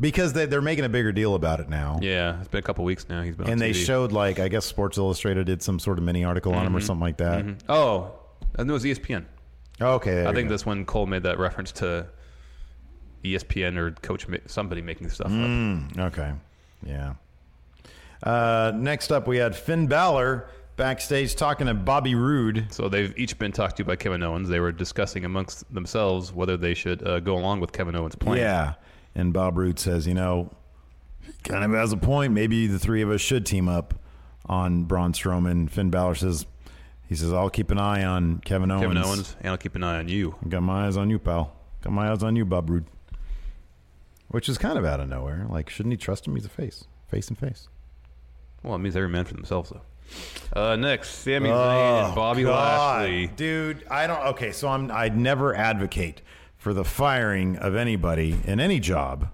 Because they, they're making a bigger deal about it now. Yeah, it's been a couple weeks now. He's been on And they TV. showed like I guess Sports Illustrated did some sort of mini article on him Mm-hmm. or something like that. Oh, and it was ESPN. Okay, there I you think go. that's when Cole made that reference to E ESPN or Coach Ma- somebody making stuff up. Mm. Okay. Yeah. Uh, next up, we had Finn Balor backstage talking to Bobby Roode. So they've each been talked to by Kevin Owens. They were discussing amongst themselves whether they should uh, go along with Kevin Owens' plan. Yeah. And Bob Roode says, you know, kind of has a point. Maybe the three of us should team up on Braun Strowman. Finn Balor says, he says, I'll keep an eye on Kevin Owens. Kevin Owens, and I'll keep an eye on you. Got my eyes on you, pal. Got my eyes on you, Bob Roode. Which is kind of out of nowhere. Like, shouldn't he trust him? He's a face, face and face. Well, it means every man for themselves, though. Uh, next, Sami Zayn Oh, and Bobby God. Lashley. Dude, I don't. Okay, so I'm. I'd never advocate for the firing of anybody in any job.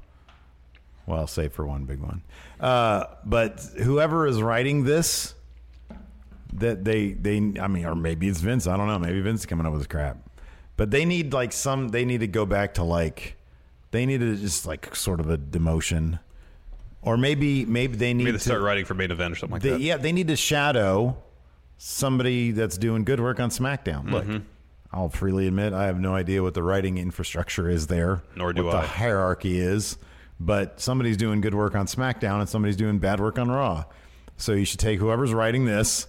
Well, save for one big one. Uh, but whoever is writing this, that they they. I mean, or maybe it's Vince. I don't know. Maybe Vince is coming up with this crap. But they need like some. They need to go back to like. They need to just like sort of a demotion, or maybe maybe they need Maybe they to start writing for main event or something like they, that. Yeah, they need to shadow somebody that's doing good work on SmackDown. Look, Mm-hmm. I'll freely admit I have no idea what the writing infrastructure is there, Nor do what I. the hierarchy is. But somebody's doing good work on SmackDown and somebody's doing bad work on Raw. So you should take whoever's writing this,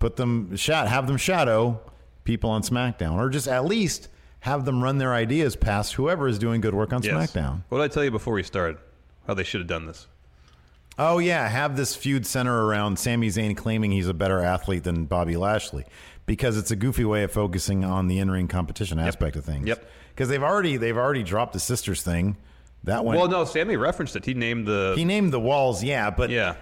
put them shat, have them shadow people on SmackDown, or just at least have them run their ideas past whoever is doing good work on Yes. SmackDown. What did I tell you before we started? How they should have done this. Oh yeah, have this feud center around Sami Zayn claiming he's a better athlete than Bobby Lashley because it's a goofy way of focusing on the in-ring competition aspect of things. Yep. Because they've already they've already dropped the sisters thing. That one. Well, no, Sammy referenced it. He named the. He named the walls, yeah, but yeah.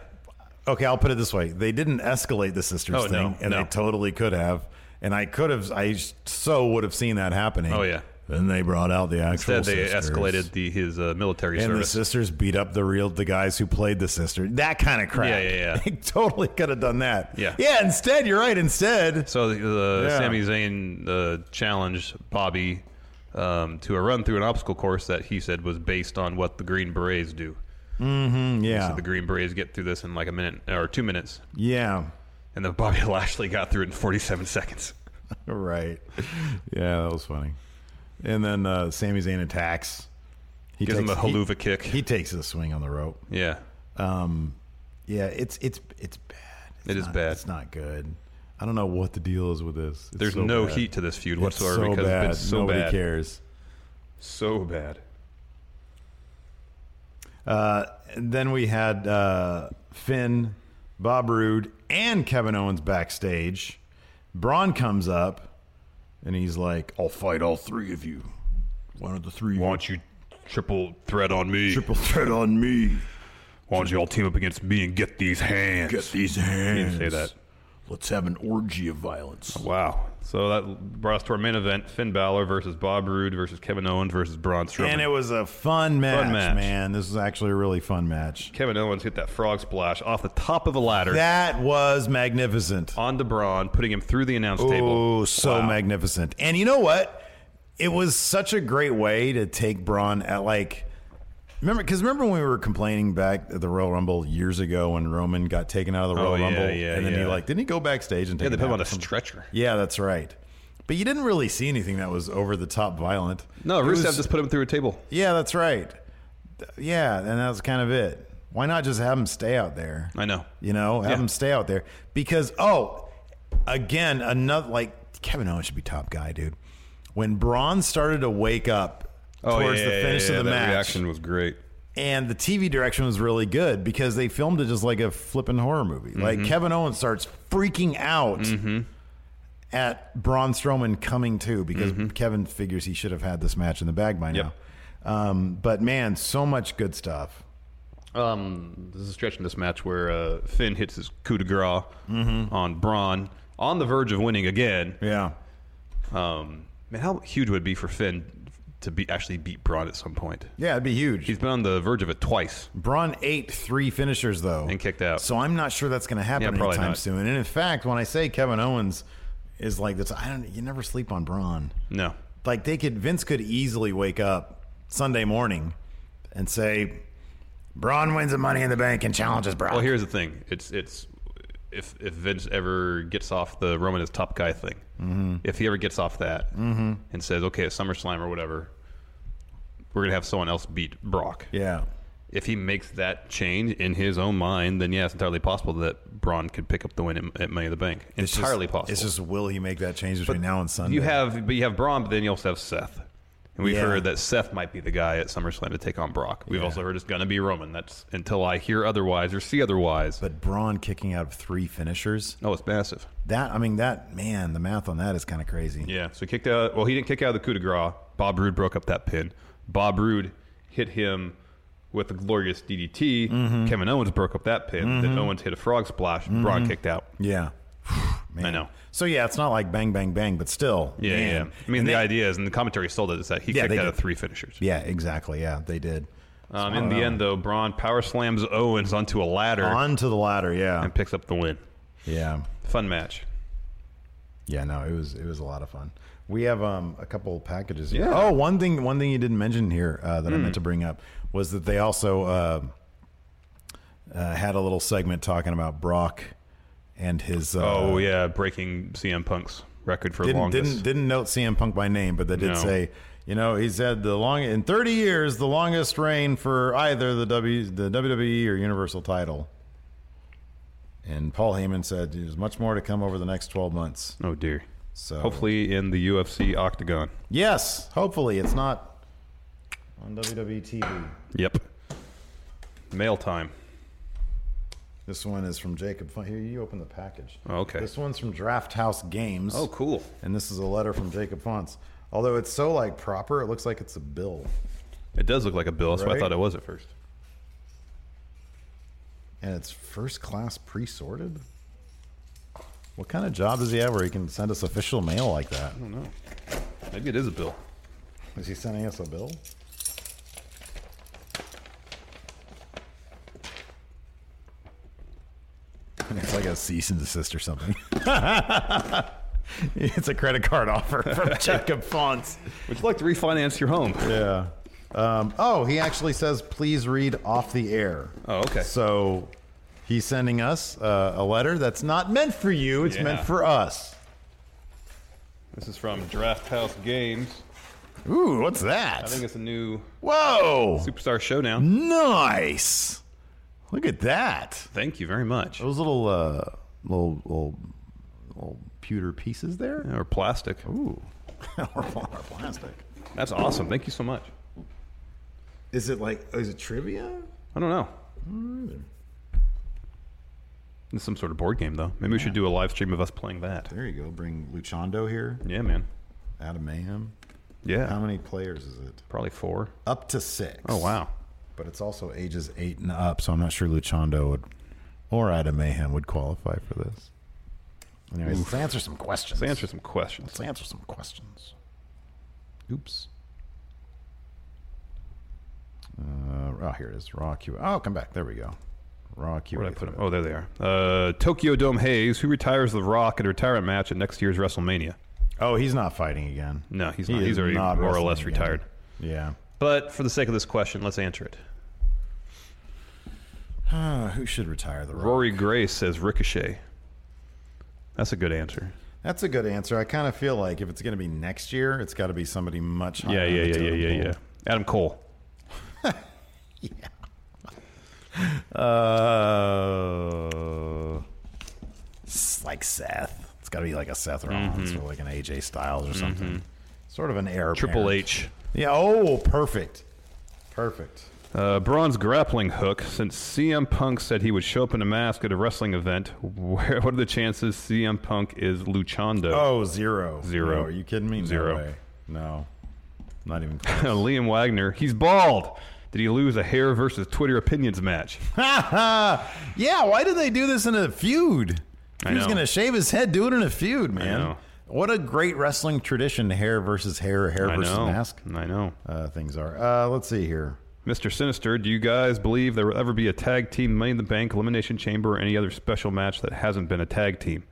okay, I'll put it this way: they didn't escalate the sisters Oh, thing, no, and no. they totally could have. And I could have, I so would have seen that happening. Oh, yeah. Then they brought out the actual. Said they sisters. escalated the his uh, military And service. the sisters beat up the real the guys who played the sister. That kind of crap. Yeah, yeah, yeah. They totally could have done that. Yeah. Yeah. Instead, you're right. Instead, So the, the Yeah. Sami Zayn uh, challenged Bobby um, to a run through an obstacle course that he said was based on what the Green Berets do. Yeah. The Green Berets get through this in like a minute or two minutes, Yeah. and then Bobby Lashley got through it in 47 seconds. Right. Yeah, that was funny. And then uh, Sami Zayn attacks. He Gives him a he- haluva kick. He takes a swing on the rope. yeah, Um, yeah, it's it's it's bad. It's It is not- bad. It's not good. I don't know what the deal is with this. It's there's so no bad. heat to this feud It's whatsoever so because bad. it's been so Nobody bad, cares. so bad. Uh, and then we had uh, Finn, Bob Roode, and Kevin Owens backstage. Braun comes up and he's like, "I'll fight all three of you. One of the three of you Want you triple threat on me? triple threat on me. Why don't you all team up against me and get these hands? Get these hands. say that. Let's have an orgy of violence." Wow. So that brought us to our main event: Finn Balor versus Bob Roode versus Kevin Owens versus Braun Strowman. And it was a fun match, match. man. This was actually a really fun match. Kevin Owens hit that frog splash off the top of a ladder That was magnificent. onto Braun, putting him through the announce table. Oh, so magnificent. And you know what? It was such a great way to take Braun at like remember because remember when we were complaining back at the Royal Rumble years ago when Roman got taken out of the Royal Oh, yeah, Rumble yeah, and then he yeah. like didn't he go backstage and take Yeah, they an put him on nap or a something? stretcher. Yeah, that's right. But you didn't really see anything that was over the top violent. No, It Rusev was- just put him through a table. Yeah, that's right. Th- Yeah, and that's kind of it. Why not just have him stay out there? I know. You know, have Yeah. him stay out there because oh, again another like Kevin Owens should be top guy, dude. When Braun started to wake up Oh, towards yeah, the yeah, finish yeah, of the that match, reaction was great. and the TV direction was really good because they filmed it just like a flippin' horror movie. Like Mm-hmm. Kevin Owens starts freaking out at Braun Strowman coming to because Kevin figures he should have had this match in the bag by Mm-hmm. Yep. now. Um, but man, so much good stuff. Um, there's a stretch in this match where uh, Finn hits his coup de grace on Braun on the verge of winning again. Mm-hmm. Yeah, Um, man, how huge would it be for Finn to be actually beat Braun at some point? yeah, it'd be huge. He's been on the verge of it twice. Braun ate three finishers though And kicked out. So I'm not sure that's going to happen Yeah, probably anytime not. soon. And in fact, when I say Kevin Owens is like this, I don't. You never sleep on Braun. No. Like they could Vince could easily wake up Sunday morning and say Braun wins the Money in the Bank and challenges Braun. Well, here's the thing. It's it's if if Vince ever gets off the Roman is top guy thing, Mm-hmm. if he ever gets off that and says, okay, at SummerSlam or whatever, we're gonna have someone else beat Brock. yeah, If he makes that change in his own mind, then yeah, it's entirely possible that Braun could pick up the win at, at Money in the Bank. It's entirely just, possible. It's just will he make that change between now and Sunday? you have, but you have Braun, but then you also have Seth. And we've Yeah. heard that Seth might be the guy at SummerSlam to take on Brock. We've also heard it's going to be Roman. That's until I hear otherwise or see otherwise. but Braun kicking out of three finishers. no, it's massive. That I mean, that man, the math on that is kind of crazy. Yeah, so he kicked out. Well, he didn't kick out of the coup de grace. Bob Roode broke up that pin. Bob Roode hit him with a glorious DDT. Mm-hmm. Kevin Owens broke up that pin. Then Owens hit a frog splash. Mm-hmm. Braun kicked out. Yeah. I know. So yeah, it's not like bang, bang, bang, but still. Yeah, yeah. man. I mean, And the they- idea is, and the commentary sold it, is that he Yeah, kicked they out of did. three finishers. Yeah, exactly. Yeah, they did. Um, So I in don't the know. end, though, Braun power slams Owens onto a ladder onto the ladder. Yeah, and picks up the win. yeah, Fun match. yeah. No, it was it was a lot of fun. We have um, a couple packages. Here. Yeah. Hmm. Oh, one thing one thing you didn't mention here uh, that I meant to bring up was that they also uh, uh, had a little segment talking about Brock and his. Uh, Oh yeah, breaking CM Punk's record for didn't longest. didn't didn't note CM Punk by name, but they did No. say, you know, he said the long in 30 years the longest reign for either the W the WWE or Universal title. And Paul Heyman said there's much more to come over the next 12 months. Oh dear. So Hopefully in the UFC octagon. yes, hopefully it's not on E WWE TV. Yep. Mail time. This one is from Jacob. Fun- Here, you open the package. Oh, Okay. This one's from Draft House Games. Oh, cool. And this is a letter from Jacob Fonts. Although it's so like proper, it looks like it's a bill. It does look like a bill. That's why I Right? thought it was at first. And it's first class pre sorted? What kind of job does he have where he can send us official mail like that? Maybe it is a bill. Is he sending us a bill? It's like a cease and desist or something. It's a credit card offer from Jacob Fonts. Would you like to refinance your home? Yeah. Um, oh, he actually says, please read off the air. Oh, okay. So he's sending us uh, a letter that's not meant for you, it's Yeah. meant for us. This is from Draft House Games. Ooh, what's that? I think it's a new Whoa! Superstar Showdown. Nice! Look at that. Thank you very much. Those little, uh, little, little, little pewter pieces there. Or plastic. Ooh. or plastic. That's awesome. Thank you so much. Is it like, is it trivia? I don't know. It's some sort of board game, though. Maybe we should do a live stream of us playing that. There you go. Bring Luchando here. Yeah, man. Adam Mayhem. Yeah. How many players is it? Probably four. Up to six. Oh, wow. But it's also ages eight and up, so I'm not sure Luchando would, or Adam Mayhem would qualify for this. Anyways, let's answer some questions. Let's answer some questions. Let's answer some questions. Oops. Uh, oh, here it is. Raw Q. Oh, come back. There we go. Raw Q. Where did I put them? Oh, there they are. Uh, Tokyo Dome Hayes, who retires The Rock at a retirement match at next year's WrestleMania. Oh, he's not fighting again. No, he's He not. is He's Mm, already not more or wrestling less again. retired. Yeah. But for the sake of this question, let's answer it. Uh, who should retire the Rock? Rory Grace says Ricochet. That's a good answer. That's a good answer. I kind of feel like if it's going to be next year, it's got to be somebody much higher. Yeah, on yeah, the yeah, yeah, totem yeah, pole. yeah. Adam Cole. Uh, s- like Seth. It's got to be like a Seth Rollins or like an AJ Styles or something. Sort of an heir. Mm-hmm. Triple apparent. H. Yeah. Oh, perfect. Perfect. Uh, bronze grappling hook. Since CM Punk said he would show up in a mask at a wrestling event, where, what are the chances CM Punk is Luchando? Oh, zero. Zero. No, are you kidding me? No Zero. way. No. Not even Uh, close. Liam Wagner. He's bald. Did he lose a hair versus Twitter opinions match? yeah. Why did they do this in a feud? If I He was know. going to shave his head. Do it in a feud, man. know. What a great wrestling tradition, hair versus hair, hair I versus know. mask I know. uh, things are. Uh, let's see here. Mr. Sinister, do you guys believe there will ever be a tag team Money in the Bank, Elimination Chamber, or any other special match that hasn't been a tag team?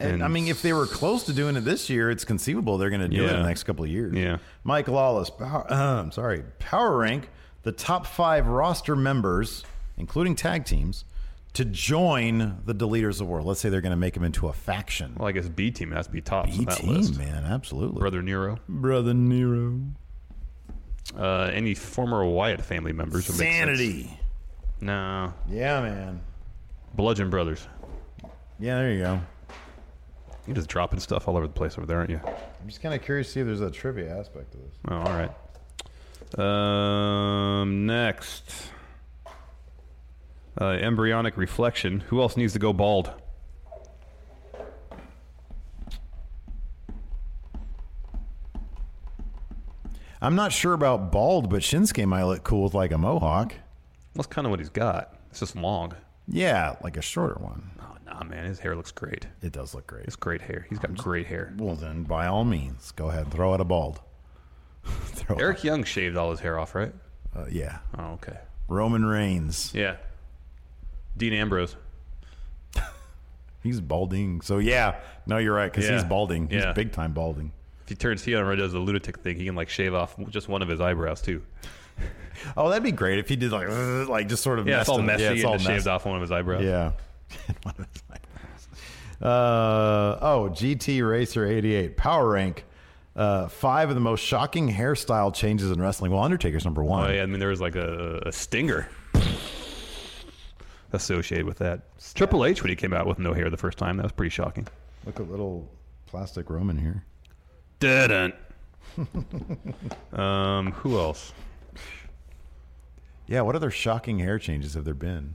And, I And mean, if they were close to doing it this year, it's conceivable they're going to do it in Yeah. the next couple of years. Yeah. Mike Lawless, power, uh, I'm sorry, power rank the top five roster members, including tag teams, to join the Deleters of the World. Let's say they're going to make them into a faction. Well, I guess B team has to be top B on that team, list. man, absolutely. Brother Nero. Brother Nero. Uh, any former Wyatt family members? would make sense. Sanity. No. Yeah, man. Bludgeon Brothers. Yeah, there you go. You're just dropping stuff all over the place over there, aren't you? I'm just kind of curious to see if there's a trivia aspect to this. Oh, all right. Um, next. Uh, embryonic reflection. Who else needs to go bald? I'm not sure about bald, but Shinsuke might look cool with like a mohawk. That's kind of what he's got. It's just long. Yeah, like a shorter one. Oh, nah, man. His hair looks great. It does look great. It's great hair. He's got great hair. Well, then, by all means, go ahead and throw out a bald. throw out- Eric Young shaved all his hair off, right? uh, yeah. Oh, okay. Roman Reigns. Yeah. Dean Ambrose. He's balding. So, yeah. No, you're right, because Yeah. he's balding. He's Yeah. big time balding. If he turns heel and does the lunatic thing, he can like shave off just one of his eyebrows too. Oh, that'd be great if he did like, like just sort of Yeah, it's all messed messy up. and just shaved off one of his eyebrows. Yeah. One of his eyebrows. Uh, oh, GT Racer 88. Power rank. Uh, five of the most shocking hairstyle changes in wrestling. Well, Undertaker's number one. Oh, yeah, I mean, there was like a, a stinger associated with that. Triple H, when he came out with no hair the first time, that was pretty shocking. Look at little plastic Roman here. Didn't. um, who else? Yeah, what other shocking hair changes have there been?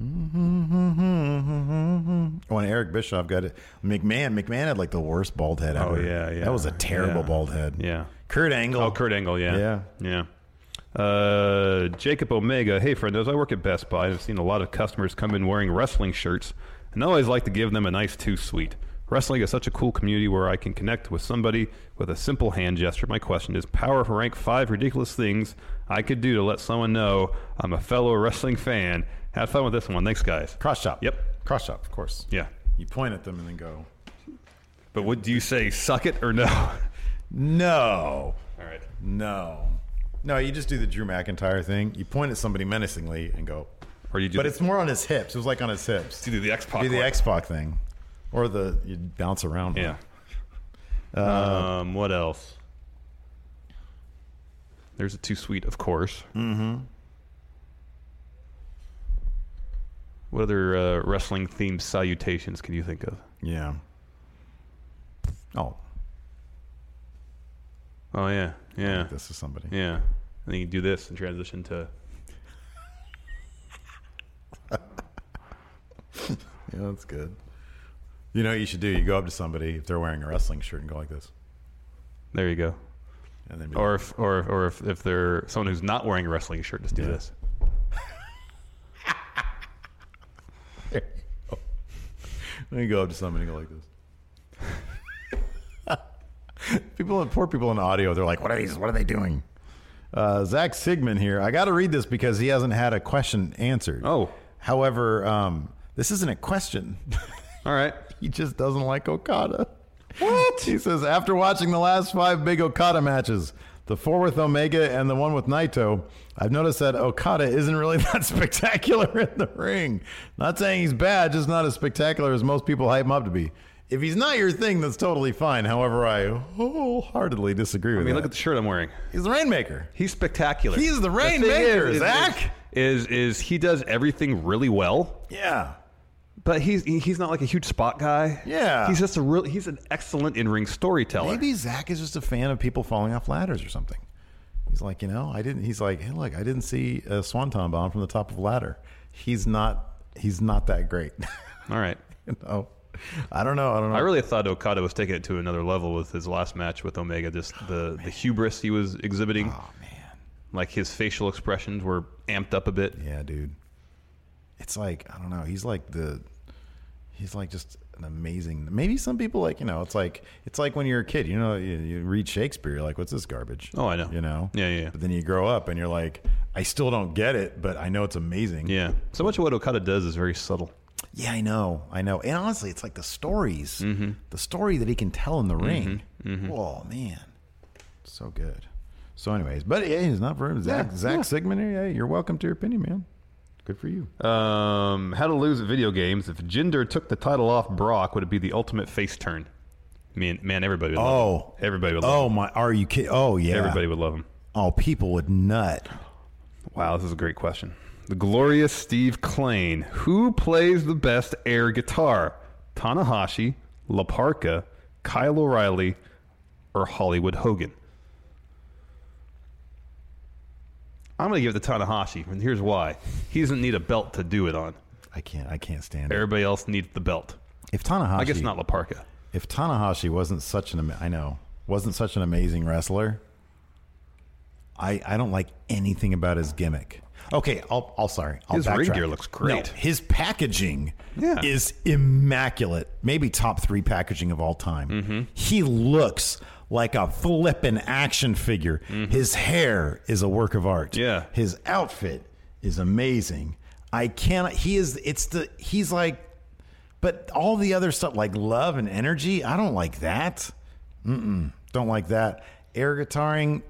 When Eric Bischoff got it, McMahon, McMahon had like the worst bald head Oh, ever. yeah, yeah. That was a terrible Yeah. bald head. Yeah. Kurt Angle. Oh, Kurt Angle, yeah. Yeah. Yeah. Uh, Jacob Omega, hey friend, as I work at Best Buy, I've seen a lot of customers come in wearing wrestling shirts, and I always like to give them a nice two sweet. Wrestling is such a cool community where I can connect with somebody with a simple hand gesture. My question is power of rank five ridiculous things I could do to let someone know I'm a fellow wrestling fan. Have fun with this one. Thanks, guys. Cross chop. Yep. Cross chop, of course. Yeah. You point at them and then go, But what do you say, suck it or no? no, All right. no. No, you just do the Drew McIntyre thing. You point at somebody menacingly and go, Or you do but the, it's more on his hips. It was like on his hips. you do the X-Pac Do the one. X-Pac thing. Or the, you bounce around. Yeah. um, what else? There's a too sweet, of course. Mm-hmm. What other uh, wrestling themed salutations can you think of? Yeah. Oh, Oh yeah, yeah, this is somebody. yeah. And then you do this and transition to Yeah, that's good. You know what you should do? You go up to somebody if they're wearing a wrestling shirt and go like this. there you go. And then be Or if or or if, if they're someone who's not wearing a wrestling shirt, just do Yeah. this. like, then you go up to somebody and go like this. people, poor people in audio, they're like, what are these? What are they doing? Uh, Zach Sigmund here. I got to read this because he hasn't had a question answered. Oh. However, um, this isn't a question. All right. He just doesn't like Okada. What? He says, after watching the last five big Okada matches, the four with Omega and the one with Naito, I've noticed that Okada isn't really that spectacular in the ring. Not saying he's bad, just not as spectacular as most people hype him up to be. If he's not your thing, that's totally fine. However, I wholeheartedly disagree with I mean, that. look at the shirt I'm wearing. he's the Rainmaker. He's spectacular. He's the thing rainmaker, is- is- Zach! Is, is he does everything really well, Yeah. but he's he- he's not like a huge spot guy. Yeah. he's just a real he's an excellent in ring storyteller. Maybe Zach is just a fan of people falling off ladders or something. He's like, you know, I didn't. He's like, hey, look, I didn't see a swanton bomb from the top of a ladder. He's not. He's not that great. All right, you know? I don't know. I don't know. I really thought Okada was taking it to another level with his last match with Omega. Just the the hubris he was exhibiting, oh man. like his facial expressions were amped up a bit. Yeah, dude. It's like I don't know. He's like the. He's like just an amazing. Maybe some people like you know. It's like it's like when you're a kid. You know, you, you read Shakespeare. You're like, what's this garbage? Oh, I know. You know. Yeah, yeah, yeah. But then you grow up and you're like, I still don't get it, but I know it's amazing. Yeah, so much of what Okada does is very subtle. Yeah, I know, I know. And honestly, it's like the stories, Mm-hmm. the story that he can tell in the ring. Oh man, so good. So, anyways, but yeah, it's not for him. Zach, Zach Sigmund, yeah, you're welcome to your opinion, man. Good for you. Um, how to lose at video games? If Jinder took the title off Brock, would it be the ultimate face turn? Man, man, everybody. Would love Oh. him. everybody would. Love Oh him. my, are you kidding? Oh yeah, everybody would love him. Oh, people would nut. Wow, this is a great question. The glorious Steve Klein. Who plays the best air guitar? Tanahashi, Laparca, Kyle O'Reilly, or Hollywood Hogan? I'm going to give it to Tanahashi, and here's why. He doesn't need a belt to do it on. I can't, I can't stand it. Everybody else needs the belt. If Tanahashi, I guess not Laparca. If Tanahashi wasn't such an, ama- I know, wasn't such an amazing wrestler, I I don't like anything about his gimmick. Okay, I'll, I'll sorry. I'll His ring backtrack. gear looks great. No, his packaging Yeah. is immaculate. Maybe top three packaging of all time. Mm-hmm. He looks like a flippin' action figure. His hair is a work of art. Mm-hmm. Yeah. His outfit is amazing. I cannot. He is. It's the. He's like. But all the other stuff like love and energy, I don't like that. Mm-mm, don't like that. Air guitaring,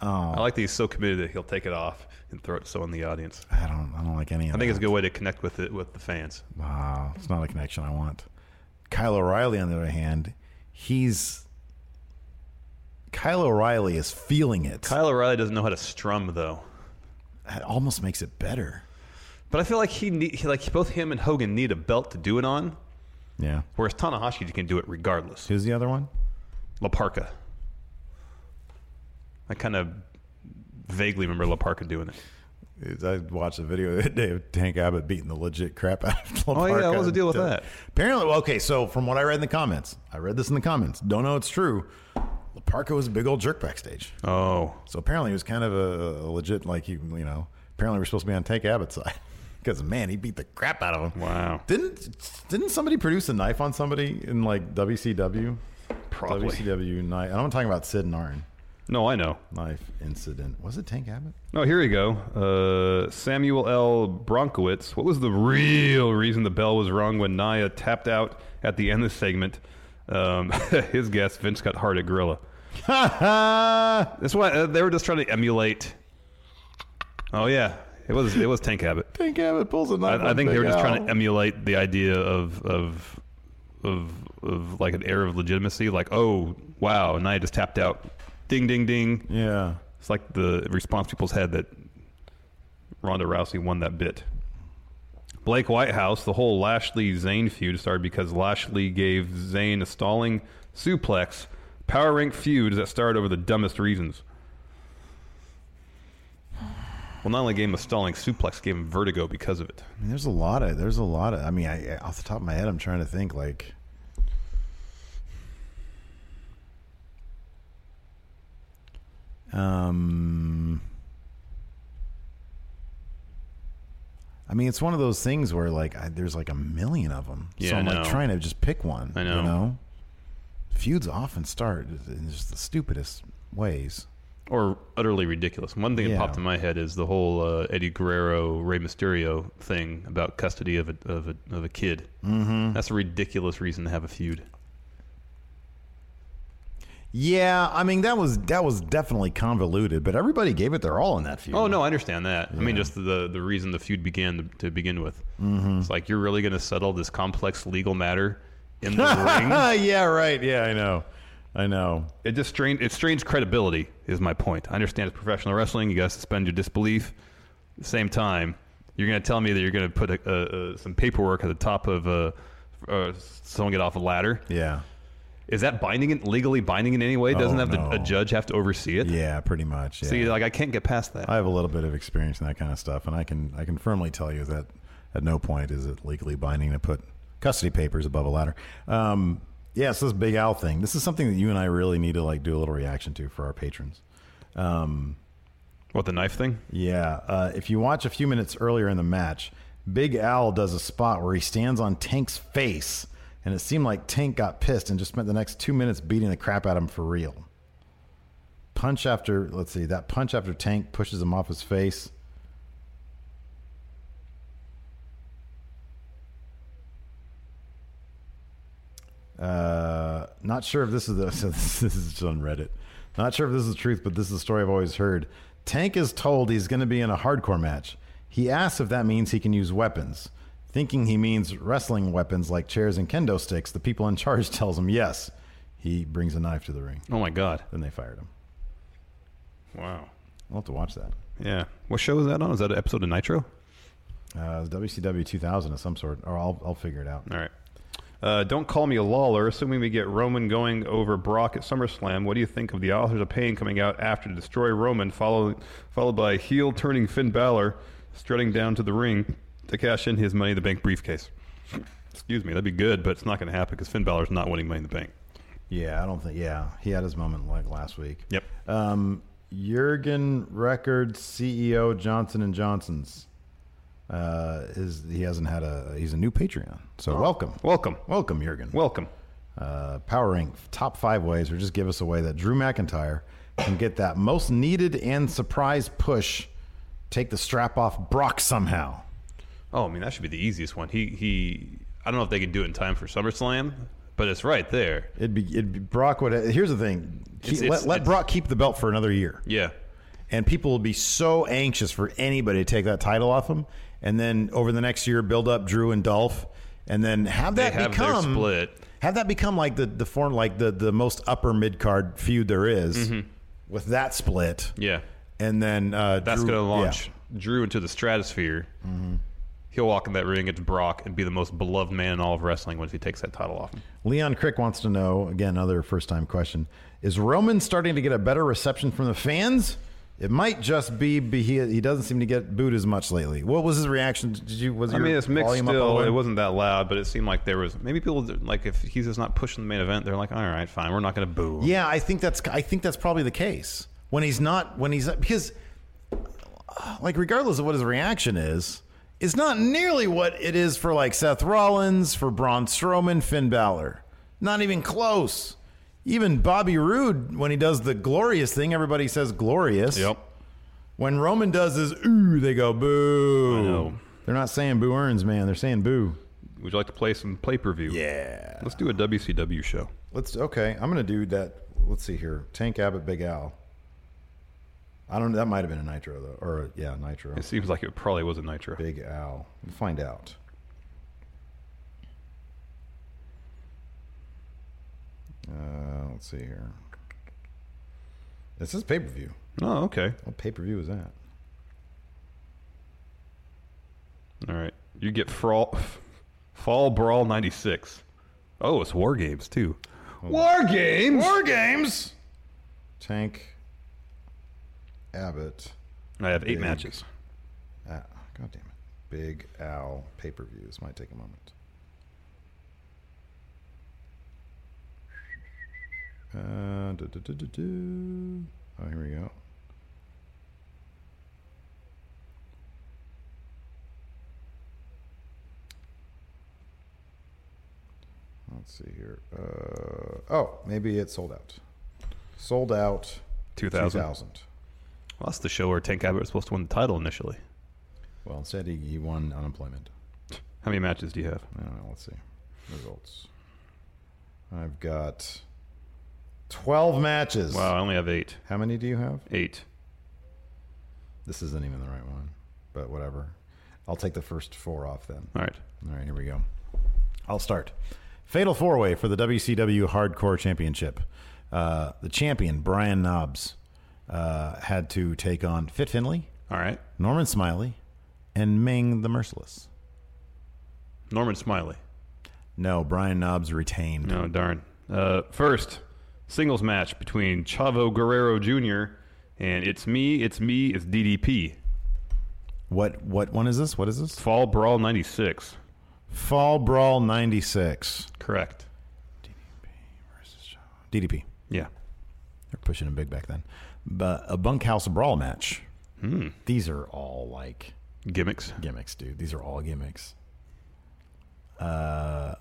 I like that he's so committed that he'll take it off and throw it to someone in the audience. I don't. I don't like any of I that. think it's a good way to connect with it with the fans. Wow, it's not a connection I want. Kyle O'Reilly, on the other hand, he's Kyle O'Reilly is feeling it. Kyle O'Reilly doesn't know how to strum though. That almost makes it better. But I feel like he, need, he like both him and Hogan need a belt to do it on, Yeah. whereas Tanahashi can do it regardless. Who's the other one? Laparca. I kind of vaguely remember Laparca doing it. I watched a video the other day of Tank Abbott beating the legit crap out of Lamarca. Oh, yeah, what was the deal with that? Apparently, well, okay, so from what I read in the comments, I read this in the comments. Don't know it's true. Laparca was a big old jerk backstage. Oh, So apparently, it was kind of a, a legit, like, you, you know, apparently we're supposed to be on Tank Abbott's side. Because man, he beat the crap out of him. Wow. Didn't didn't somebody produce a knife on somebody in like WCW? Probably. WCW knife. I'm talking about Sid and Arn No, I know. knife incident. Was it Tank Abbott? Oh, here we go. Uh, Samuel L. Bronkowitz. What was the real reason the bell was rung when Naya tapped out at the end of the segment? Um, his guess, Vince got hard at Gorilla. That's why uh, they were just trying to emulate. Oh yeah, it was it was Tank Abbott. Tank Abbott pulls a knife. I, I think they were just trying to emulate the idea of of of of like an air of legitimacy. Like, oh wow, Naya just tapped out. Ding ding ding. yeah. It's like the response people's had that Ronda Rousey won that bit. Blake Whitehouse, the whole Lashley Zane feud started because Lashley gave Zane a stalling suplex. Power rank feuds that started over the dumbest reasons. Well, not only gave him a stalling suplex, gave him vertigo because of it. I mean, there's a lot of there's a lot of. I mean, I, I- off the top of my head, I'm trying to think like. Um, I mean, it's one of those things where like I, there's like a million of them, Yeah, so I I'm know. like trying to just pick one. I know. You know, feuds often start in just the stupidest ways. Or utterly ridiculous. One thing that Yeah. popped in my head is the whole uh, Eddie Guerrero, Rey Mysterio thing about custody of a, of a, of a kid. Mm-hmm. That's a ridiculous reason to have a feud. Yeah, I mean that was that was definitely convoluted, but everybody gave it their all in that feud. Oh no, I understand that. I mean, just the the reason the feud began to, to begin with. It's like you're really going to settle this complex legal matter in the ring. yeah, right. Yeah, I know. I know. It just strains it strains credibility. Is my point. I understand it's professional wrestling. You got to suspend your disbelief. At the same time, you're going to tell me that you're going to put a, a, a, some paperwork at the top of a. Uh, someone get off a ladder. Yeah. Is that binding? It, legally binding in any way? Doesn't Oh, have no. the, a judge have to oversee it? Yeah, pretty much. Yeah. See, like I can't get past that. I have a little bit of experience in that kind of stuff, and I can I can firmly tell you that at no point is it legally binding to put custody papers above a ladder. Um, yeah, so this Big Al thing. This is something that you and I really need to like do a little reaction to for our patrons. what the knife thing? Yeah. Uh, if you watch a few minutes earlier in the match, Big Al does a spot where he stands on Tank's face, and it seemed like Tank got pissed and just spent the next two minutes beating the crap out of him for real. Punch after, let's see, that punch after Tank pushes him off his face. Uh, not sure if this is the, so this is on Reddit. Not sure if this is the truth, but this is a story I've always heard. Tank is told he's going to be in a hardcore match. He asks if that means he can use weapons. Thinking he means wrestling weapons like chairs and kendo sticks, the people in charge tells him yes. He brings a knife to the ring. Oh my god! Then they fired him. Wow. I'll have to watch that. Yeah. What show is that on? Is that an episode of Nitro? Uh, it was WCW 2000 of some sort, or I'll, I'll figure it out. All right. Uh, don't call me a lawler. Assuming we get Roman going over Brock at SummerSlam, what do you think of the Authors of Pain coming out after to destroy Roman, followed followed by heel turning Finn Balor, strutting down to the ring to cash in his Money in the Bank briefcase? Excuse me, that'd be good, but it's not going to happen because Finn Balor's not winning Money in the Bank. Yeah, I don't think. Yeah, he had his moment like last week. Yep. Um, Jurgen Record CEO Johnson and Johnson's. Uh, is he hasn't had a he's a new Patreon. So Oh. welcome, Welcome, welcome Jurgen. welcome. uh, Power Rank top five ways, or just give us a way that Drew McIntyre can get that most needed and surprise push. Take the strap off Brock somehow. Oh, I mean that should be the easiest one. He he. I don't know if they can do it in time for SummerSlam, but it's right there. It'd be, it'd be Brock would. Here's the thing: Keep- It's- let, it's- let it's- Brock keep the belt for another year. Yeah. and people will be so anxious for anybody to take that title off him. And then over the next year, build up Drew and Dolph, and then have They that have their become split. Have that become like the the form, like the the most upper mid card feud there is Mm-hmm. with that split. Yeah. and then uh, That's Drew- going to yeah. launch Drew into the stratosphere. He'll walk in that ring against Brock and be the most beloved man in all of wrestling once he takes that title off him. Leon Crick wants to know again, another first time question: Is Roman starting to get a better reception from the fans? It might just be, be he, he doesn't seem to get booed as much lately. What was his reaction? Did you was I mean, your it's mixed volume up all the still. way? It wasn't that loud, but it seemed like there was maybe people like if he's just not pushing the main event, they're like, all right, fine, we're not going to boo. him." Yeah, I think that's I think that's probably the case when he's not when he's because like regardless of what his reaction is, is not nearly what it is for like Seth Rollins, for Braun Strowman, Finn Balor. Not even close. Even Bobby Roode, when he does the glorious thing, everybody says glorious. Yep. When Roman does his ooh, they go boo. I know. They're not saying boo earns, man. They're saying boo. Would you like to play some play per view? Yeah. Let's do a WCW show. Let's okay. I'm gonna do that. Let's see here. Tank Abbott, Big Al. I don't. That might have been a Nitro though, or yeah, Nitro. It seems like it probably was a Nitro. Big Al. We'll find out. Uh, let's see here. This is pay per view. Oh, okay. What pay per view is that? All right. You get Fall, fall Brawl 96. Oh, it's War Games, too. War Games? War Games. Tank. Abbott. I have eight Big. matches. Ah, God damn it. Big Al pay per views. Might take a moment. Uh, du- du- du- du- du. Oh, here we go. Let's see here. Uh, oh, maybe it sold out. Sold out 2000. 2000. Well, that's the show where Tank Abbott was supposed to win the title initially. Well, instead, he, he won unemployment. How many matches do you have? I don't know. Let's see. Results. I've got 12 matches. Wow, I only have eight. How many do you have? Eight. This isn't even the right one, but whatever. I'll take the first four off then. All right. All right, here we go. I'll start. Fatal four way for the WCW Hardcore Championship. Uh, the champion, Brian Knobs, uh, had to take on Fit Finley, All right. Norman Smiley, and Ming the Merciless. Norman Smiley. No, Brian Knobs retained. No, darn. Uh, first, singles match between Chavo Guerrero Jr. and It's Me, It's Me, It's DDP. What what one is this? What is this? Fall Brawl 96. Fall Brawl 96. Correct. DDP. Yeah. They're pushing him big back then. But a bunkhouse brawl match. Hmm. These are all like Gimmicks. gimmicks, dude. These are all gimmicks. Uh,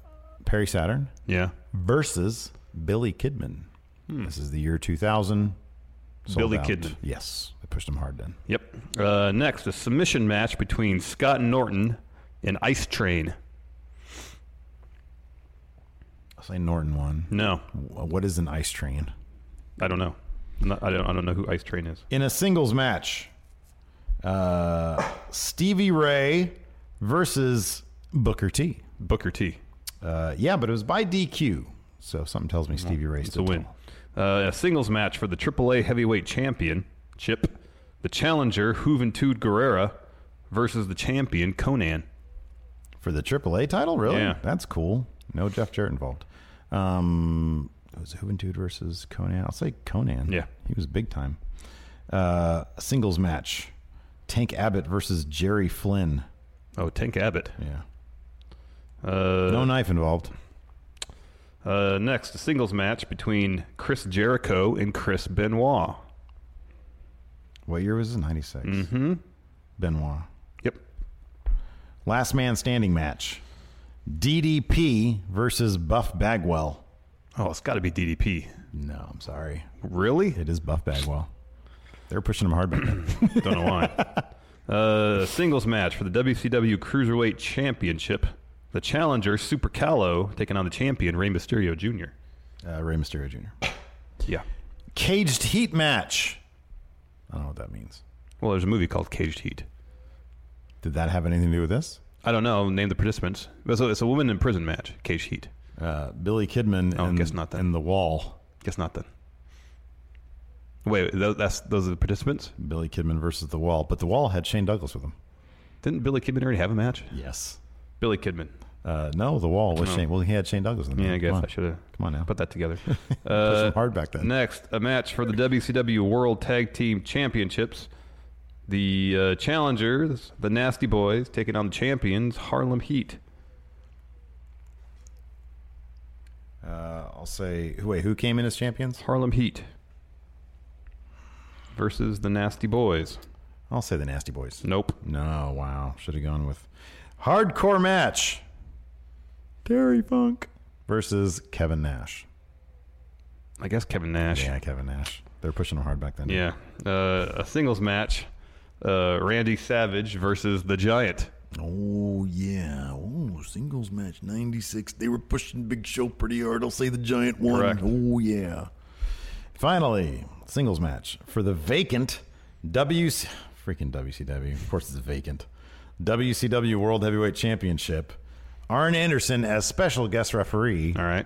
Perry Saturn Yeah. versus Billy Kidman. This is the year 2000. Sold Hmm. Billy out. Kidman. Yes. They pushed him hard then. Yep. Uh, next, a submission match between Scott Norton and Ice Train. I'll say Norton won. No, Wh- What is an ice train? I don't know. I'm not- I don't. I don't know who Ice Train is. in a singles match. Uh, Stevie Ray versus Booker T. Booker T. Uh, yeah, but it was by DQ. So something tells me Stevie Ray It's a still win. Uh, a singles match for the AAA Heavyweight Champion Chip, the challenger Juventud Guerrera versus the champion Conan. for the AAA title. Really? Yeah. that's cool. No Jeff Jarrett involved. Um, it was Juventud versus Conan. I'll say Conan. Yeah. he was big time. Uh, singles match: Tank Abbott versus Jerry Flynn. Oh, Tank Abbott. Yeah, Uh, no knife involved. uh, next, a singles match between Chris Jericho and Chris Benoit. What year was it? Ninety six. Mm-hmm. Benoit. Yep. Last man standing match. DDP versus Buff Bagwell. Oh, it's got to be DDP. No, I'm sorry. Really? It is Buff Bagwell. They're pushing him hard back then. Don't know why. uh, singles match for the WCW Cruiserweight Championship. The challenger, Super Callow, taking on the champion, Rey Mysterio Jr. Uh, Rey Mysterio Jr. Yeah. Caged heat match. I don't know what that means. Well, there's a movie called Caged Heat. Did that have anything to do with this? I don't know. Name the participants. It's a, it's a woman in prison match. Caged Heat. Uh, Billy Kidman Oh, and, guess not then. and The Wall. Guess not then. Wait, tho- that's those are the participants. Billy Kidman versus The Wall. But The Wall had Shane Douglas with him. Didn't Billy Kidman already have a match? Yes. Billy Kidman. Uh, no, The Wall was Shane. Well, he had Shane Douglas with him. Oh. Yeah, I guess Come on. I should have. Come on now. Put that together. Pushing Uh, him hard back then. Next, a match for the WCW World Tag Team Championships. The uh, challengers, the Nasty Boys, taking on the champions, Harlem Heat. Uh, I'll say, wait, who came in as champions? Harlem Heat versus the Nasty Boys. I'll say the Nasty Boys. Nope. No, wow. Should have gone with hardcore match. Terry Funk versus Kevin Nash. I guess Kevin Nash. Yeah, Kevin Nash. They're pushing him hard back then. Yeah. Uh, a singles match. Uh, Randy Savage versus the Giant. Oh yeah. Oh, singles match '96. They were pushing Big Show pretty hard. I'll say the Giant won. Correct. Oh yeah. Finally, singles match for the vacant WC freaking WCW. Of course, it's vacant. WCW World Heavyweight Championship. Arn Anderson as special guest referee. All right.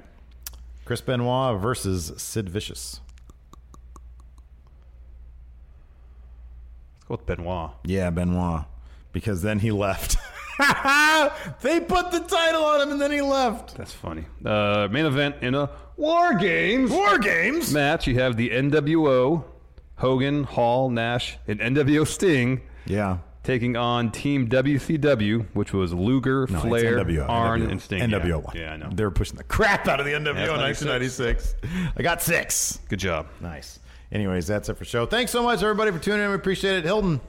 Chris Benoit versus Sid Vicious. Let's go with Benoit. Yeah, Benoit. Because then he left. they put the title on him and then he left. That's funny. Uh, main event in a War Games War games. match. You have the NWO, Hogan, Hall, Nash, and NWO Sting Yeah. taking on Team WCW, which was Luger, No, it's Flair, NWO, Arn, NWO. and Sting. NWO Yeah. won. yeah, I know. They were pushing the crap out of the NWO in 1996. 1996. I got six. Good job. Nice. Anyways, that's it for show. Thanks so much, everybody, for tuning in. We appreciate it. Hilton,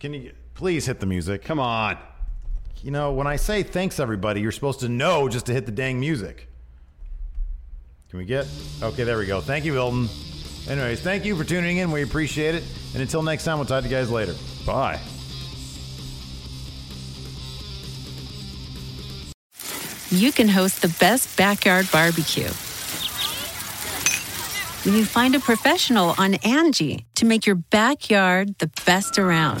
can you please hit the music? Come on. You know, when I say thanks, everybody, you're supposed to know just to hit the dang music. Can we get? Okay, there we go. Thank you, Hilton. Anyways, thank you for tuning in. We appreciate it. And until next time, we'll talk to you guys later. Bye. you can host the best backyard barbecue. When you find a professional on Angie to make your backyard the best around.